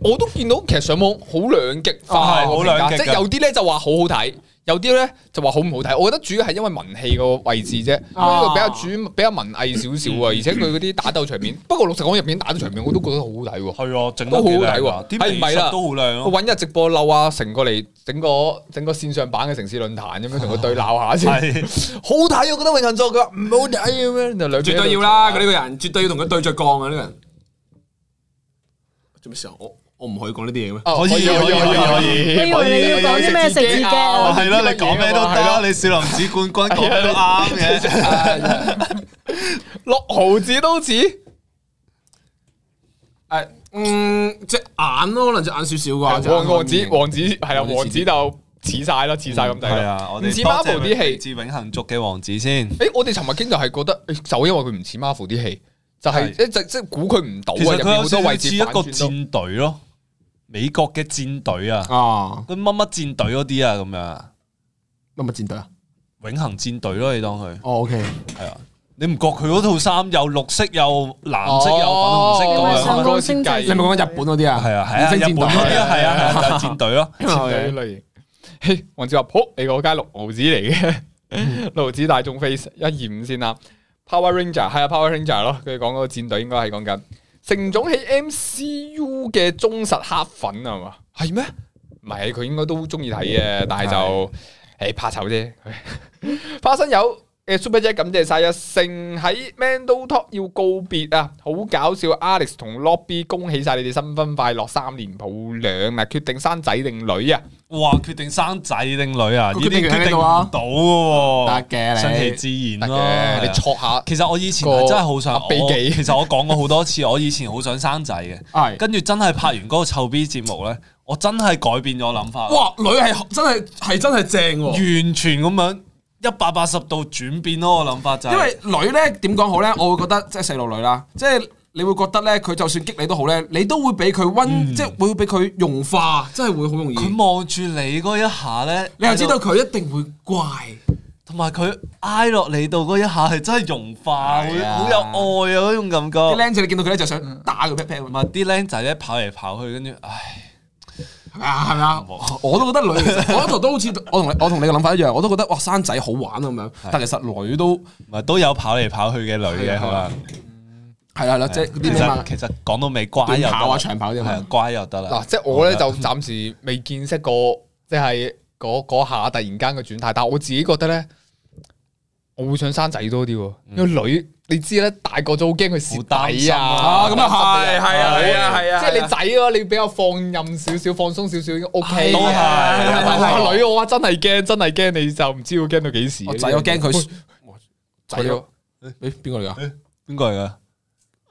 我都見到其實上網好兩極化啊係個評價，好兩極㗎即係有啲咧就話好好睇，有啲咧就話好唔好睇。我覺得主要係因為文戲個位置啫，啊呢個比較主比較文藝少少 啊，而且佢嗰啲打鬥場面，不過老實講入邊打鬥場面我都覺得好好睇喎。係啊，整得幾靚都好啊好睇喎哎啲係唔美係啦術都好靚咯。我揾日直播嬲啊，成個嚟整個整個線上版嘅城市論壇咁樣同佢對鬧下先，係好睇我覺得永恆作佢話唔好睇咁樣，就兩邊絕對要啦，啊佢呢個人絕對要同佢對着幹啊！呢個人做咩事啊？我我唔可以講呢啲嘢咩？啊，哦可以可以可以我以為你要講啲咩食字嘅嘅哦，啊係咯，你講咩都得啦，你少林寺冠軍講咩都啱啊嘅。六毫子都似，誒，嗯，隻眼咯，可能隻眼少少啩。隻眼王王子王子係啦，王子王子就似晒啦，似晒咁係滯啦。啊，我唔哋似多謝 Marvel 啲戲嚟自永恆族嘅王子先。誒，我哋尋日經就係覺得，誒就因為佢唔似 Marvel 啲戲，就係係一直即係估佢唔到其實啊，入佢邊好有多少位少置似一個反轉到戰隊咯，美國嘅戰隊啊，啊，佢乜乜戰隊嗰啲啊咁樣啊，乜乜戰隊啊？永恆戰隊咯，你當佢哦，OK，係啊。你唔覺佢嗰套衫又綠色又藍色又粉哦紅色咁你咪樣哦上啊？嗰個星際你係咪講緊日本嗰啲啊？係啊係啊，日本嗰啲啊係啊係啊，就係戰隊咯。戰隊類型。 嘿，黃子華，好，你嗰街六毫子嚟嘅，六毫子大眾 face 一二五先啦。Power Ranger 係啊，Power Ranger 咯，佢講嗰個戰隊應該係講緊成總喺 MCU 嘅忠實黑粉啊嘛，係咩？唔係，佢應該都中意睇嘅，但係就誒怕醜啫。花生友嘅 Super 姐感謝晒啊！成喺 Man Do Talk 要告別啊，好搞笑！Alex 同 Lobby 恭喜晒你哋新婚快樂，三年抱兩啊，決定生仔定女啊！哇！決定生仔定女啊？呢佢決啲定決權喺定度啊唔到嘅喎，順其得嘅你自得然咯。嘅，你係啊戳下其實我以前係真係好想個，秘技我其實我講過好多次，我以前好想生仔嘅，哦係。跟住真係拍完嗰個臭 B 節目咧，我真係改變咗諗法，哇，女係真係係真係正喎。完全咁樣一百八十度轉變咯，我諗法就係因為女咧點講好咧，我會覺得即係細路女啦，即係你會覺得咧，佢就算激你都好咧，你都會俾佢温，即係會俾佢融化，真係會好容易。嗯佢望住你嗰一下咧，你又知道佢一定會怪，同埋佢挨落你度嗰一下係真係融化，會係啊好有愛啊嗰種感覺。啲僆仔你見到佢咧就想打佢 pat pat，係同咪埋啲僆仔咧跑嚟跑去，跟住唉，啊？係咪啊？我都覺得女，其 實我嗰度都好似我同你我同你嘅諗法一樣，我都覺得哇生仔好玩啊咁樣，但其實女都唔係都有跑嚟跑去嘅女係啊嘅，係嘛？係啦係啦，即係啊其啲咩實嘛其實講到尾乖短又跑啊得啦，長跑啲係啊嘛，嗯乖又得啦。嗱，即係我咧就暫時未見識過，即係嗰嗰下突然間嘅轉態，但係我自己覺得咧，我會想生仔多啲喎，因為女你知咧，大個咗好驚佢好蝕擔底心啊！啊啊，咁啊係，係啊，係啊，係啊，即係你仔咯，你比較放任少少、放鬆少少已經 OK 都係但係係我女我話真係驚，真係驚，你就唔知會驚到幾時。我哦仔我驚佢仔佢咯，誒邊個嚟噶？邊個嚟噶？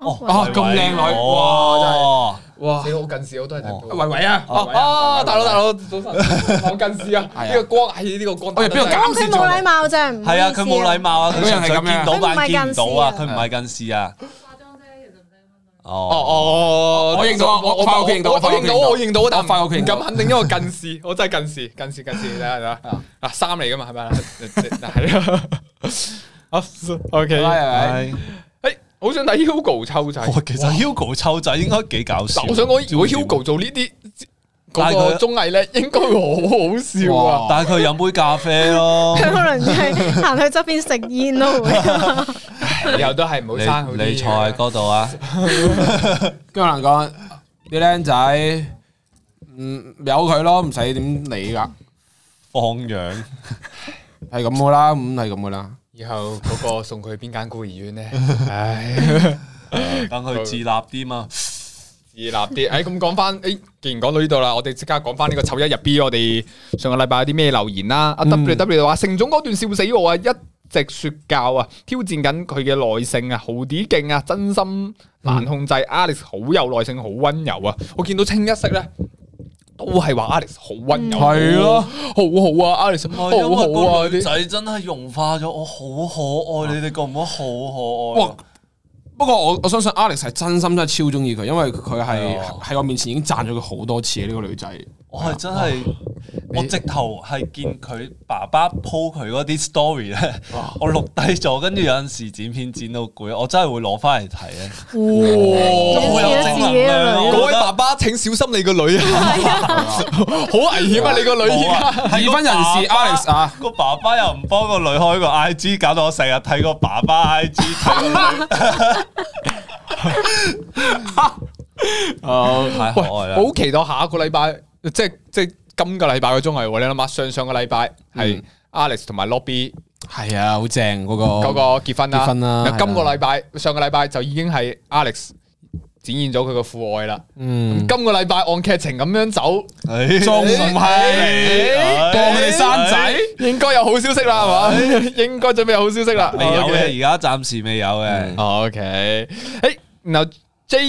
哦啊咁靚女哇！哇！死我近視我都係睇唔到。維維啊，哦哦，大佬大佬，早晨，我近視啊！係啊呢個光，係呢個光。喂邊個搞咁佢冇禮貌啫，唔好係啊，意佢思冇禮。貌啊，佢嗰樣純係粹咁樣嗯見到佢唔但係見唔到啊，近佢唔係近視啊。哦哦哦，我認到啊我我發覺佢認到我我發覺佢認認到，到我認到，但我發覺佢認唔到敢肯定，因為近視， 我真係近視，近視，近視，睇下睇下啊，嗱三嚟噶嘛，係咪啊？ 係啊。 啊，OK，係，誒，好想睇 Hugo 抽仔。哇其實 Hugo 抽仔應該幾搞笑。嗱，我想講，如果 Hugo 做呢啲嗰個綜藝咧，應該會好好笑啊！但係佢飲杯咖啡 咯。佢可能係行去側邊食煙咯，會以後都係唔好你生好啲嘢你坐喺嗰度啊！跟住有人講啲僆仔，嗯，由佢咯，唔使點理噶，放 養係咁噶啦，咁係咁噶啦。以後嗰個送佢去邊間孤兒 院咧？唉，等佢自立啲嘛。自立 啲。誒，哎咁講翻，誒，既然講到呢度啦，我哋即刻講翻呢個丑一入 B，我哋上個禮拜有啲咩留言啦？阿 W W 話啊盛總嗰段笑死我啊！一直說教啊，挑戰緊佢嘅耐性啊，豪啲勁啊，真心難控制。Alex 好有耐性，好温柔啊！我見到清一色咧。都係話 Alex 好温柔，係咯好好啊，Alex 唔係因好為好個啊嗰啲女。仔真係融化咗，我好可愛，你哋覺唔覺得好可哇愛啊？！不過我我相信 Alex 係真心真係超中意佢，因為佢係係啊喺我面前已經讚咗佢好多次呢個女仔。我係真係，我直頭係見佢爸爸 po 佢嗰啲 story 咧， 我錄低咗，跟住有陣時剪片剪到攰，我真係會攞翻嚟睇咧，哇好有正能量啊。各我位覺爸得爸請小心你個女啊！ 好危險啊！你個女而家 已婚人士 Alex 啊，個爸爸又唔幫個女開個 IG，搞到我成日睇個爸爸 IG，睇個女哦太可喂，哦愛啦！好期待下個禮拜，即係即係今個禮拜嘅綜藝喎。你諗下，上上個禮拜嗯係 Alex 同埋 Lobby 係啊，好正嗰個嗰個結婚啦，結婚啦然後今個係啦禮拜上個禮拜就已經係 Alex 展現咗佢嘅父愛啦。嗯咁今個禮拜按劇情咁樣走，仲唔係哎當你生仔？哎應該有好消息啦，係嘛？應該準備有好消息啦。未有 OK 嘅，而家暫時未有嘅。哦哦 OK，誒，然後 J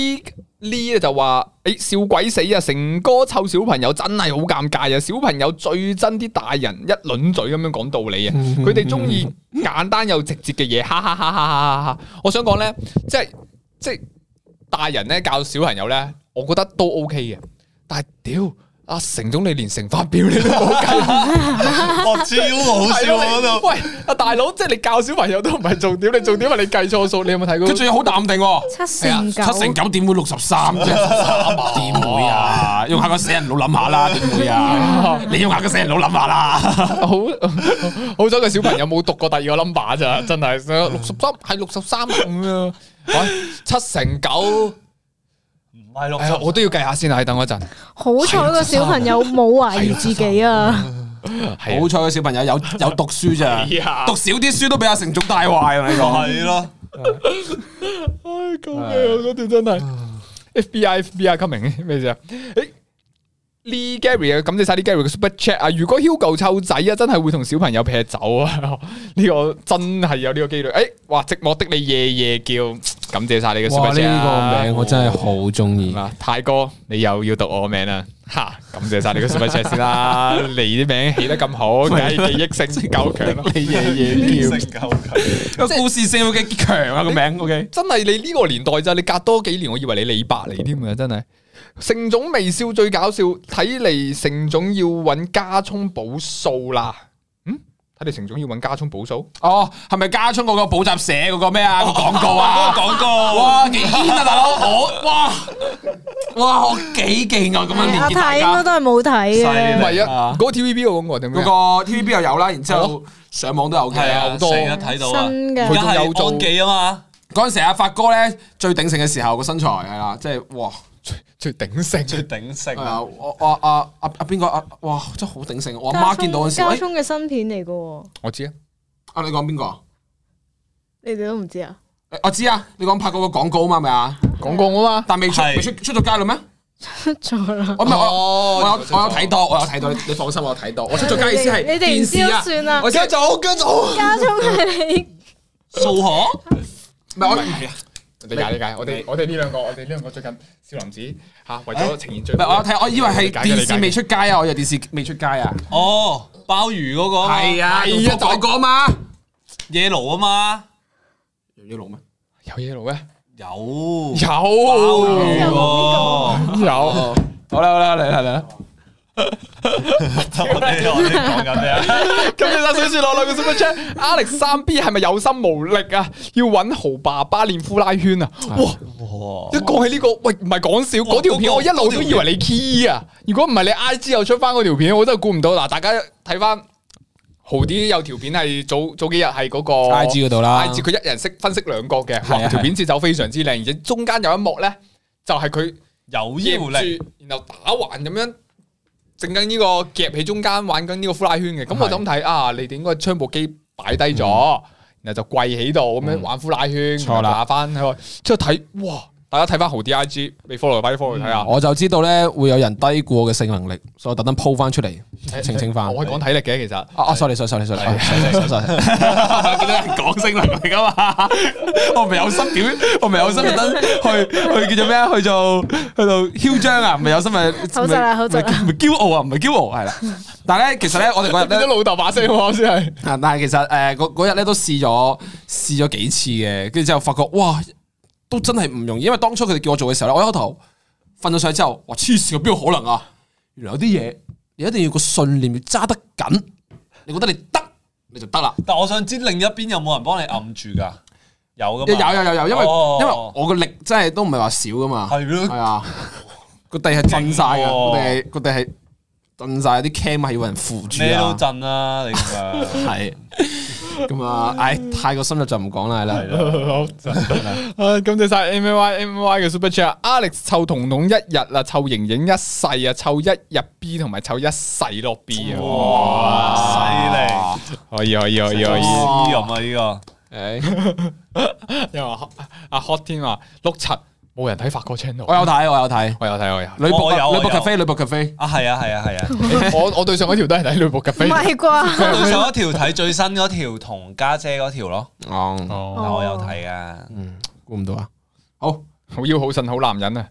Lee 咧就話：誒、笑鬼死啊！成哥湊小朋友真係好尷尬啊！小朋友最憎啲大人一輪嘴咁樣講道理啊！嗯佢哋中意簡單又直接嘅嘢，哈哈哈哈哈哈哈！我想講咧，即係即係大人咧教小朋友咧，我覺得都 OK 嘅，但係屌。阿成總，你連乘法表你都冇計，我超好笑啊嗰度，喂，阿大佬，即係你教小朋友都唔係重點，你重點係你計錯數，你有冇睇過？佢仲要好淡定喎。七係啊成七九，成九點會六十三啫？點會啊？用下個死人腦諗下啦，點會啊？ 你用下個死人腦諗下啦。好 好彩個小朋友冇讀過第二個 number 咋，真係六十三係六十三咁啊！喂，七成九，唔係六哎呀十，我都要計下先啊！等我陣，好彩個小朋友冇懷疑自己啊！ 好彩個小朋友有有讀書 咋，係啊讀少啲書都俾阿成總帶壞啊！你講係咯。唉，救命啊！嗰段真係 FBI FBI coming 咩事啊？誒 Lee Gary 啊，感謝晒 Lee Gary 嘅 super chat 啊！如果 Hugo 湊仔啊，真係會同小朋友劈酒啊！ 呢個真係有呢個機率。誒，哇！寂寞的你夜夜叫，感謝晒你嘅 super chat 啊真係好中意嗱，啊泰哥，你又要讀我名啦，吓，感謝晒你個 super chat 先 啦，你啲名起得咁好，梗係記憶性夠強啦。 你夜夜叫性夠強，個故事性有幾強啊個名？OK，真係你呢個年代咋，你隔多幾年，我以為你李白嚟添啊，真係。盛總微笑最搞笑，睇嚟盛總要揾加蔥補數啦。嗯，睇嚟盛總要揾加蔥補數。哦，係咪加充嗰個補習社嗰個咩啊？個廣告啊，廣告， 哇，幾堅啊，大佬， 我哇哇，我幾勁啊！咁樣連阿結太大應該家都係冇睇唔犀嘅利，係啊啊，嗰個 TVB 我講過定咩嗰個啊？ TVB 又有啦，然之後上網都有係嘅，啊，好多。成日睇到啊。新嘅而家係安記啊嘛，嗰陣時阿發哥咧最鼎盛嘅時候個身材係啦，即係哇，最鼎盛，最鼎盛係啊，我我阿阿阿邊個阿哇真係好鼎盛，我阿媽見到嗰陣時，哎加喂，聰嘅新片嚟嘅喎，我知啊。啊你講邊個啊？你哋都唔知啊？ 誒我知啊，你講拍嗰個廣告啊嘛，係咪啊？講過啊嘛，但未出係未出出咗街嘞咩？出咗啦。我唔係我哦我有我有睇到，我有睇到，你你放心，我有睇到。我出咗街意思係你哋唔電知視都啊，算啦。我先做跟做，唔家中係你數學係我係啊，理解理解，我哋我哋呢兩個，我哋呢兩個最近少林寺吓，為咗呈現最唔係我有睇，我以為係啊理解嘅電視未理解嘅出街啊，我以為電視未出街啊。哦，鮑魚嗰個啊嘛係啊，而家講過嘛， ，yellow 啊嘛，有嘢錄咩？有嘢路咩？有有鮑魚喎。有，好啦好啦嚟啦嚟啦，我哋我哋講緊咩啊？咁你打小雪落落個 super chat，Alex 三 B 係咪有心無力啊？要揾豪爸爸練呼拉圈啊！哇！一講起呢個，喂，唔係講笑，嗰條片我一路都以為你 key 啊！如果唔係你 I G 又出翻嗰條片，我真係估唔到。嗱，大家睇翻豪啲有條片係早早幾日係嗰個 IG 嗰度啦 I G 佢一人識分析兩個嘅，係哇！啊條片節奏非常之靚，而且中間有一幕咧，就係佢有腰力夾住，然後打橫咁樣。正緊呢個夾喺中間玩緊呢個呼拉圈嘅，咁我就咁睇啊，你哋應該將部機擺低咗，然後就跪喺度咁樣玩呼拉圈，錯然後啦打翻喺度，之後睇哇，大家睇翻豪啲 I G，未 follow 嘅快啲 follow 睇啊下。我就知道咧會有人低估我嘅性能力，所以我特登鋪翻出嚟澄清翻。嗯我係講體力嘅，其實啊啊，sorry sorry sorry sorry sorry sorry，見到人講性能力噶嘛， 我唔係有心表，我唔係有心特登去去叫做咩啊？去做去到囂張啊？唔係有心咪好就啦好就啦唔係驕傲啊？唔係驕傲係啦。但係咧，其實咧，我哋嗰日變咗咧，老豆把聲喎，先係啊但係其實誒嗰嗰日咧都試咗試咗幾次嘅，跟住之後發覺哇，都真係唔容易，因為當初佢哋叫我做嘅時候咧，我一開頭瞓咗上去之後，哇黐線，邊有可能啊？原來有啲嘢你一定要個信念要揸得緊，你覺得你得你就得啦。但我想知另一邊有冇人幫你揞住㗎？有有㗎嘛？有有有，因為哦因為我個力真係都唔係話少噶嘛，係咯係哦啊，個地係震晒勁嘅，喎個地係個地係震晒，啲 cam 係要有人扶住咩都啊，震啦，你咁樣係咁啊，唉，太過深入就唔講啦，係啦，好 啊！感謝晒 M Y M Y 嘅 Super Chat，Alex 湊彤彤一日啦，湊盈盈一世啊，湊一日 B 同埋湊一世落 B 啊！哦哇，犀利，咁啊呢哦可以可以可以可以！哦誒，因為阿阿 Hot 天話碌柒冇人睇法國 channel，我有睇，我有睇，我有睇我有，女僕我有女我僕有 cafe 女僕 cafe，個啊係啊係啊係啊！ 我我對上嗰條都係睇女仆咖唔啡。係啩？我對上一條睇最新嗰條同家姐嗰條咯，哦，哦，但我有睇啊。估唔到啊，好，好腰好腎好男 人啊！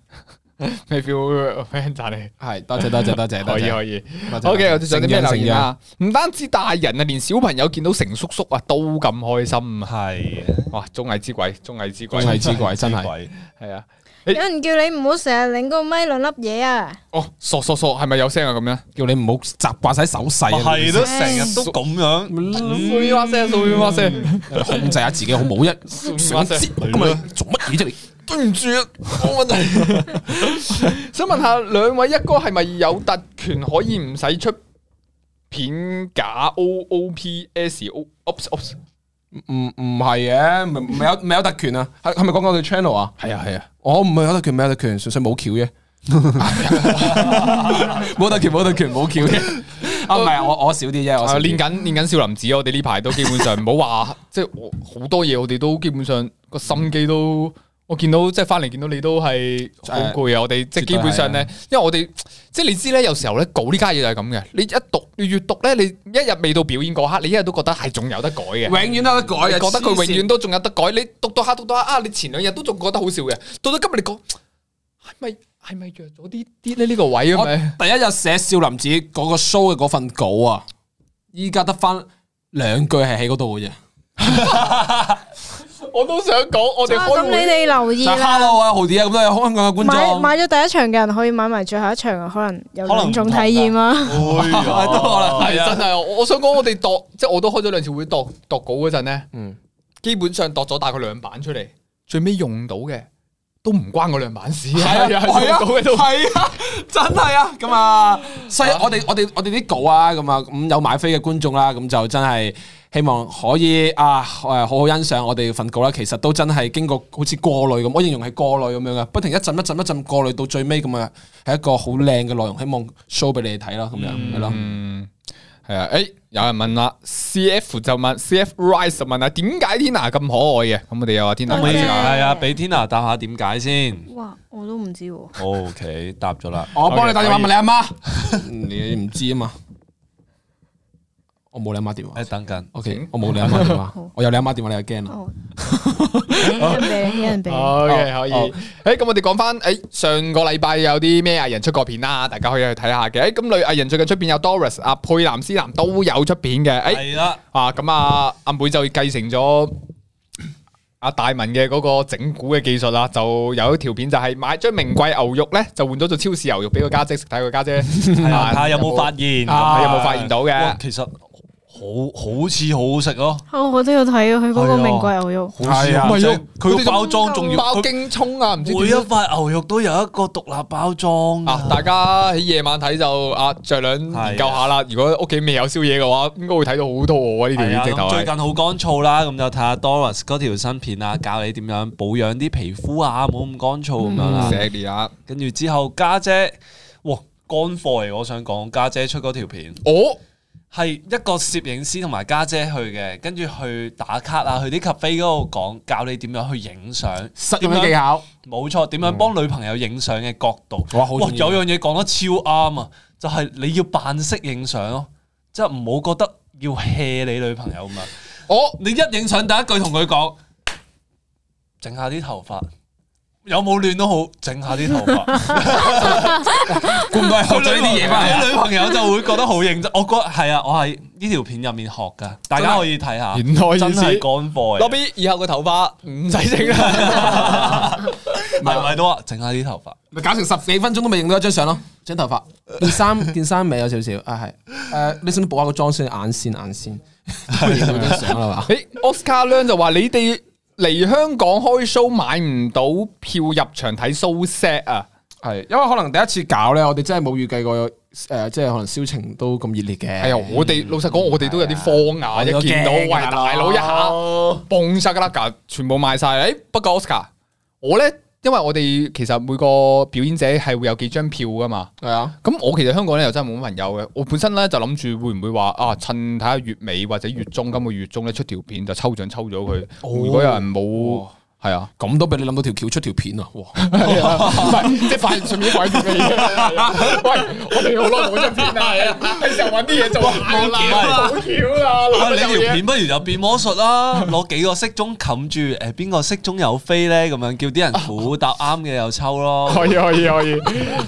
咩 feel friend 讚你？係多謝多謝多謝多可以謝可以。多謝 O K，我哋仲有啲咩留言？成啊？唔單止大人啊，連小朋友見到成叔叔啊都咁開心啊！係哇，綜藝之鬼，綜藝之鬼，真係之鬼真係，鬼係啊！有人叫你唔好成日擰個咪兩粒嘢啊！哦，傻傻傻，係咪有聲啊？咁樣叫你唔好習慣晒手勢哦啊，係都成日都咁樣，碎哇嗯聲，碎哇 聲，控制下自己好冇一 想知咁啊，做乜嘢啫你？對唔住啊，冇問題。想問下兩位一哥係咪有特權可以唔使出片假 O O P S O Ops Ops？唔唔系嘅，唔唔有唔有特權啊？係係咪講緊我哋 channel 啊？係啊係啊，我唔係有特權，唔係有特權，純粹冇橋 啫。冇特權，冇特權，冇橋啫。啊，唔係啊，我我少啲啫，我少啊啲練緊練緊少林寺，我哋呢排都基本上唔好話，啊 即係我好多嘢，我哋都基本上個心機都。我見到即係翻嚟見到你都係好攰啊！我哋即係基本上咧，因為我哋即係你知咧，有時候咧稿呢家嘢就係咁嘅。你一讀，你越讀咧，你一日未到表演嗰刻，你一日都覺得係仲有得改嘅。永遠都有得改啊嘅，你覺得佢黐永線遠都仲有得改。你讀到下讀到下啊，你前兩日都仲覺得好笑嘅，到到今日你講係咪係咪弱咗啲啲咧？呢個位咁我咪第一日寫少林寺嗰個 show 嘅嗰份稿啊，依家得翻兩句係喺嗰度嘅啫。我都想講，我哋哇啊咁開你會哋留意就係啦。 Hello 啊，豪啲啊，咁多有香港嘅觀買眾，買咗第一場嘅人可以買埋最後一場啊，可能有可能兩唔種同體㗎驗啊。哎呀都可能哦 à. 係啊真係，我我想講我哋度，即係我都開咗兩次會度度稿嗰陣咧，嗯基本上度咗大概兩版出嚟，最尾用到嘅都唔關嗰兩版事，係 啊，用到嘅都係啊， 真係啊，咁啊，所以我哋我哋我哋啲稿啊，咁啊，咁有買飛嘅觀眾啦，咁就真係希望可以啊，誒好好欣賞我哋份稿啦。其實都真係經過好似過濾咁，我形容係過濾咁樣嘅，不停一陣一陣一陣過濾到最尾咁啊，係一個好靚嘅內容，希望 show 俾你哋睇啦，咁樣係咯。嗯，係系啊，诶，有人問啦，C F 就問 C F Rise 就問啦，點解 Tina 咁可愛嘅？咁我哋又話 Tina 可解以釋系下嗯啊，俾 Tina 答下點解先哇，我都唔知 喎。 ？OK，答咗啦。我幫你打電話可以問你阿媽， 你唔知啊嘛？我冇你阿媽電話诶，。等緊， O K，我冇你阿媽電 話好，我有你阿媽電話，你就驚啦。啊哦，有人俾，有哦人俾。 OK，可以好。诶，咁我哋講翻，诶，上個禮拜有啲咩藝人出過片啦，大家可以去睇下嘅。诶，咁女藝人最近出片有 Doris 啊，佩南斯南都有出片嘅。诶，係啦，啊，咁啊，阿妹就繼承咗阿大文嘅嗰個整蠱嘅技術啦，就有一條片就係買張名貴牛肉咧，就換咗做超市牛肉俾個家姐食，睇佢家姐係啦啊睇下有冇發現，啊有冇發現到嘅哇其實好好似好好食咯，哦，我都有睇啊，佢嗰個名貴牛肉。好似係啊好唔係正咯佢個包裝仲要包佢京葱啊，唔知每點一塊牛肉都有一個獨立包裝啊！大家喺夜晚睇就啊，着兩研究下啦。如果屋企未有宵夜嘅話，應該會睇到好肚餓啊！呢條係片啊，直頭咁最係近好乾燥啦，咁就睇下 Doris 嗰條新片啊，教你點樣保養啲皮膚啊，冇咁乾燥咁樣啦。石年啊！跟住之後家姐，哇乾貨嚟，我想講家姐出嗰條片哦，係一個攝影師同埋家姐去嘅，跟住去打卡啊，去啲 cafe 嗰度講教你點樣去影相，實用嘅技巧，冇錯，點樣幫女朋友影相嘅角度。哇，好啊哇，重要有樣嘢講得超啱啊，就係、你要扮識影相咯，即係唔好覺得要 hea 你女朋友咁啊。我你一影相第一句同佢講，整下啲頭髮，有冇亂都好，整下啲頭髮。估唔到係學佢咗呢啲嘢翻嚟啊啦。女朋友就會覺得好認真。我覺係啊，我係呢條片入面學噶，大家可以睇下。原來真意思係乾貨嚟， ，lobby 以後個頭髮唔使整啦。係咪都話整下啲頭髮？咪搞成十幾分鐘都未影到一張相咯，張頭髮、件衫、 件衫尾有少少啊，係誒，你想唔想補下個妝先？眼線眼 線，都影到張相啦嘛。誒，Oscar 亮就話你哋嚟香港開 show 買唔到票入場睇 show set 啊！係，因為可能第一次搞咧，我哋真係冇預計過誒，即係可能銷情都咁熱烈嘅。哎呀，我哋老實講，我哋都有啲我慌哋哎呀，都一見到驚喂㗎大佬一下蹦晒噶啦，㗎全部賣晒。誒，不過 Oscar，我咧因為我哋其實每個表演者係會有幾張票噶嘛。係啊，咁我其實香港咧又真係冇乜朋友嘅，我本身咧就諗住會唔會話啊趁睇下月尾或者月中今個月中咧出條片就抽獎抽咗佢，如果有人冇係啊，咁都俾你諗到條橋出條片啊！哇，即係快順便快啲嘅嘢。喂，我哋好耐冇出片啦，係啊，係時候揾啲嘢做下㗎啦，冇冇橋啊 啦，喂，嗱你條片不如就變魔術啦， 攞幾個色盅冚住，誒邊個色盅有飛咧？咁樣叫啲人估答啱嘅又 抽咯。可以可以可以，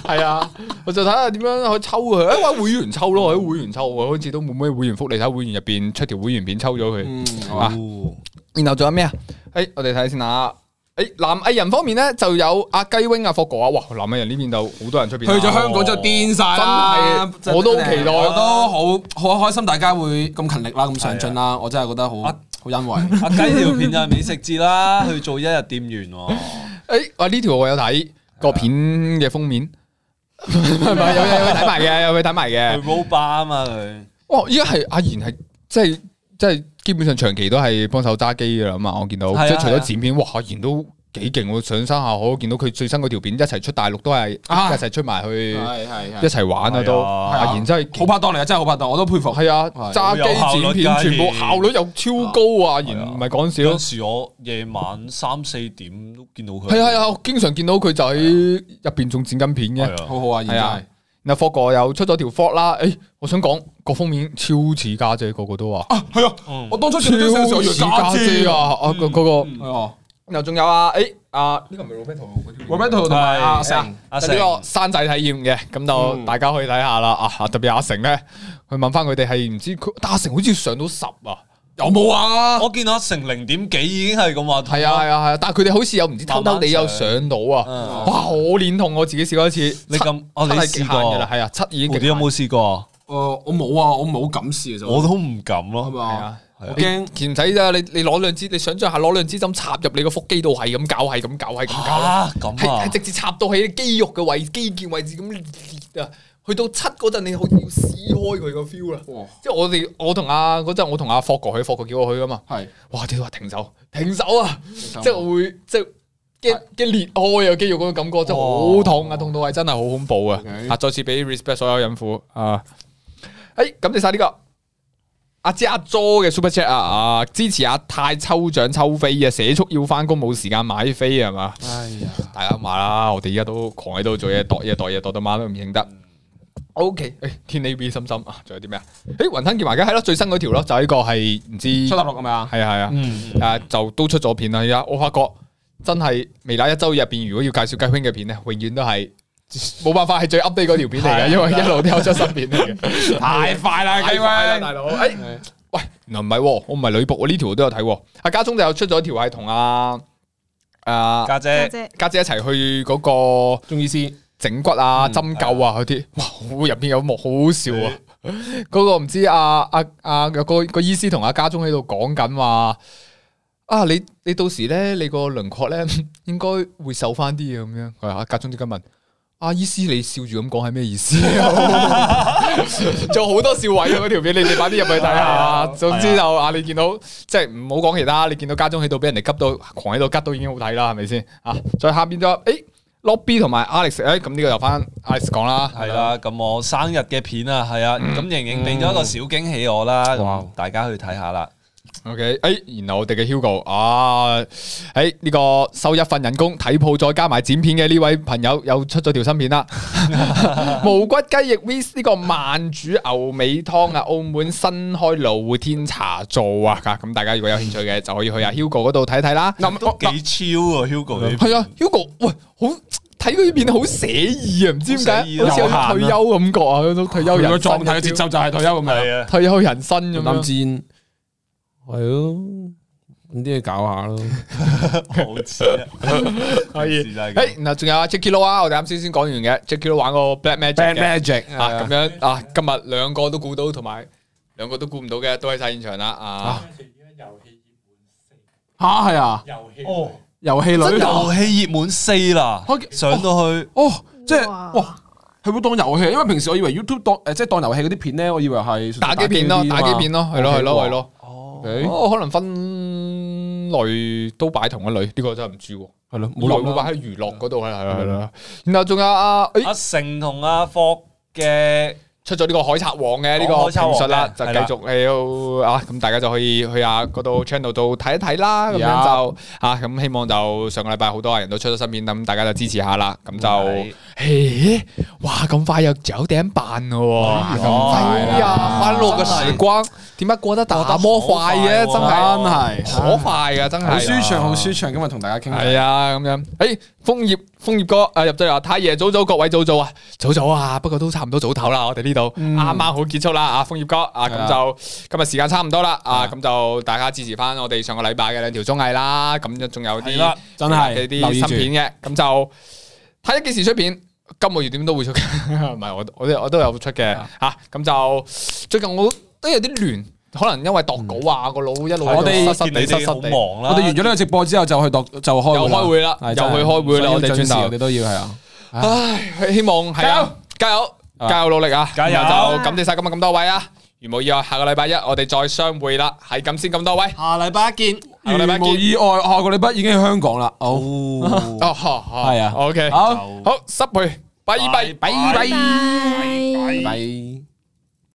係啊，我就睇下點樣可以抽佢，誒哎揾會員抽咯，喺會員抽，我好似都冇咩會員福利，睇會員入邊出條會員片抽咗佢。嗯啊哦然後仲有咩啊？诶、我哋睇下先啊。诶、男藝人方面咧，就有阿雞 wing 啊、霍哥啊，哇！男藝人呢邊就好多人出啊去边咗香港就癲晒啦！真係我都好期待啊我都好好開心，大家會咁勤力啦，咁上進啦，我真係覺得好啊好 欣慰。阿雞條片就係美食節啦，去做一日店員喎。诶、啊呢條我有睇個片嘅封 面，係咪有有有睇埋嘅，有睇埋去嘅。 roll bar 啊嘛佢，哇！依家係阿賢係即係即係基本上長期都係幫手揸機噶啦嘛，我見到係啊即係除係咗啊剪片，哇！阿賢都幾勁喎，上山下海見到佢最新嗰條片一齊出大陸都係、啊一齊出埋去係係一齊玩啊都，係啊阿賢真係勁好拍檔嚟啊，真係好拍檔，我都佩服。系啊，係揸機剪片，好有效率㗎全部效率又超高啊！然唔係講有笑陣，時我夜晚三四點都見到佢。係啊係啊，我經常見到佢就喺入边仲剪緊片嘅。係啊，好好啊，而係家啊。然後霍哥又出咗條 f o 啦，诶，我想講各方面超似家姐，個個都話係啊，嗯我當初超見到張相似以為家姐啊！！啊嗰嗰個，係啊然後仲有啊，诶啊，呢個唔係 Roberto 嗰條，Roberto 同埋阿成，阿就呢成個山仔體驗嘅，咁就嗯大家可以睇下啦。啊，特別阿成咧，去問翻佢哋係唔知佢，但阿成好似上到十啊，有冇啊？我見到阿成零點幾已經係咁話痛係啊係啊係啊，但係佢哋好似又唔知偷偷地有上到啊！嗯哇！我臉痛，我自己試過一次，你咁，哦我你七係極試限㗎過啦，係啊，七已經我極哋限有冇試過啊？誒，我冇啊，我冇敢試其實。我都唔敢係咯，咪係啊啊？我驚其實唔使咋，你你攞兩支，你想象下攞兩支針插入你個腹肌度，係咁搞，係咁搞，係咁搞啦，啊咁係啊係，直接插到喺肌肉嘅位、肌腱位置咁裂啊！去到七嗰陣，你好似要撕開佢個 feel 啦。哇即係我哋，我同阿嗰陣，我同阿霍哥去，霍哥叫我去噶嘛。係哇！你話停手，停手啊！即係我會即係驚驚裂開啊肌肉嗰個感覺，真係好痛啊，痛到係真係好恐怖啊！ OK 啊，再次俾 respect 所有孕婦啊！誒，感謝晒呢個阿姐阿 Jo 嘅 Super Chat 啊啊，支持阿泰抽獎抽飛啊，社畜要翻工冇時間買飛啊係嘛，哎呀，大家買啦，我哋而家都狂喺度做嘢，度嘢度嘢度到晚都唔認得。O K，誒天 A B 心心啊，仲有啲咩啊？誒雲吞健埋嘅係咯，最新嗰條咯，就呢個係唔知出搭落係咪啊？係啊係啊，誒就都出咗片啦。而家我發覺真係未來一周入邊，如果要介紹雞 wing 嘅片咧，永遠都係冇辦法係最 update 嗰條片嚟啊嘅，因為一路都有出新片嚟 嘅，太快啦雞 wing 大佬。誒喂，原來唔係喎，我唔係女僕，我呢條我都有睇喎。阿家中就有出咗條係同阿阿家家姐姐家姐一齊去嗰個中醫師嗯整骨啊、針灸啊嗰啲，哇！好入邊有幕好好笑啊！嗰個唔知阿阿阿有個個醫師同阿家中喺度講緊話啊，你你到時咧，你個輪廓咧 應該會瘦翻啲嘅咁樣。佢話啊阿家中即刻問。阿醫師，你笑住咁講係咩意 思？仲有好多笑位啊！嗰條片，你哋快啲入去睇下。總之就啊，你見到即係唔好講其他，你見到家中喺度俾人哋急到狂喺度吉都已經好睇啦，係咪先啊？再下邊就誒 Lobby 同埋 Alex，誒咁呢個由翻 Alex 講啦，係啦，咁我生日嘅片啊，係啊，咁盈盈俾咗一個小驚喜我啦，哇咁大家去睇下啦。 OK，诶、然後我哋嘅 Hugo 啊，诶、呢、個收一份人工睇鋪再加埋剪片嘅呢位朋友又出咗條新片 啦，無骨雞翼 V 呢個慢煮牛尾湯啊，澳門新開羅湖天茶做啊，咁大家如果有興趣嘅就可以去啊 Hugo 嗰度睇睇啦。嗱，都我幾超啊，Hugo 呢邊係啊，Hugo，喂，好睇佢片好寫意啊，唔知點解，好寫意啊好似有啲退休感覺啊，嗰種退休佢人個生狀態嘅節奏就係退休咁樣。係啊，退休人生咁擔樣。煎係咯，咁啲嘢搞下咯。好似啊，可以好似就係咁诶，然後仲有啊 Jackie Lou 啊，我哋啱先先講完嘅 Jackie Lou 玩個 Black Magic 嘅 Magic 啊，咁樣啊，今日兩個都估到，同埋兩個都估唔到嘅，都喺晒現場啦啊！吓係啊，哦， 遊戲真女遊戲熱門四啦開，上到去哦，即係哇哇，佢會當遊戲，因為平時我以為 YouTube 當呃誒即係當遊戲嗰啲片咧，我以為係打機片咯，打機片哦咯，係咯，係咯，係咯。咯，哦，可能分類都擺同一類，呢個真係唔知喎。係咯，冇嗯冇類會諗啦。擺喺娛樂嗰度，係啦，係啦，係啦。然後仲有啊，誒阿成同阿霍嘅出咗呢個海賊王嘅呢個哦海賊王評述啦，嘅就係繼啦續喺啊，咁大家就可以去下嗰度 channel 度睇一睇啦，咁 Yeah 樣就啊，咁希望就上個禮拜好多人都出咗新片，咁大家就支持下啦，咁就係誒，哇，咁快又九點半咯喎，咁哎快呀，歡樂嘅時光點解過得那麼快嘅，啊真過得係好快喎真係可快啊，真係好舒暢，好舒暢。今日同大家傾偈系啊，咁樣，诶、枫葉枫葉哥啊入咗嚟啊，太爺早早，各位早早啊，早早啊，不過都差唔多早唞啦，我哋呢度啱啱好結束啦，啊，枫葉哥啊，嗯係啊咁就今日時間差唔多啦，啊，係啊咁就大家支持翻我哋上個禮拜嘅兩條綜藝啦，咁仲有係啲啦真係啲留意住新片嘅，咁就睇下幾時出片。今個月點都會出嘅， 唔係我我都我都有出嘅啊嚇，咁、就最近我都有啲亂，可能因為度稿啊個腦一路我喺度哋塞塞見地你塞哋塞好地。忙啦，我哋完咗呢個直播之後就去度就開又開會啦，又係去真係開會啦，我哋所以準轉時我頭哋。都要係啊。唉，希望係加啊油，加油，啊加油努力啊！加油然後就感謝晒今日咁多位啊！如無意外，下個禮拜一我哋再相會啦。係咁先，咁多位。下禮拜見。下個禮拜如無見。意外，下個禮拜已經喺香港啦。好，哦，哦，係係啊，OK，好，好，就濕去，拜拜，拜拜拜拜。拜。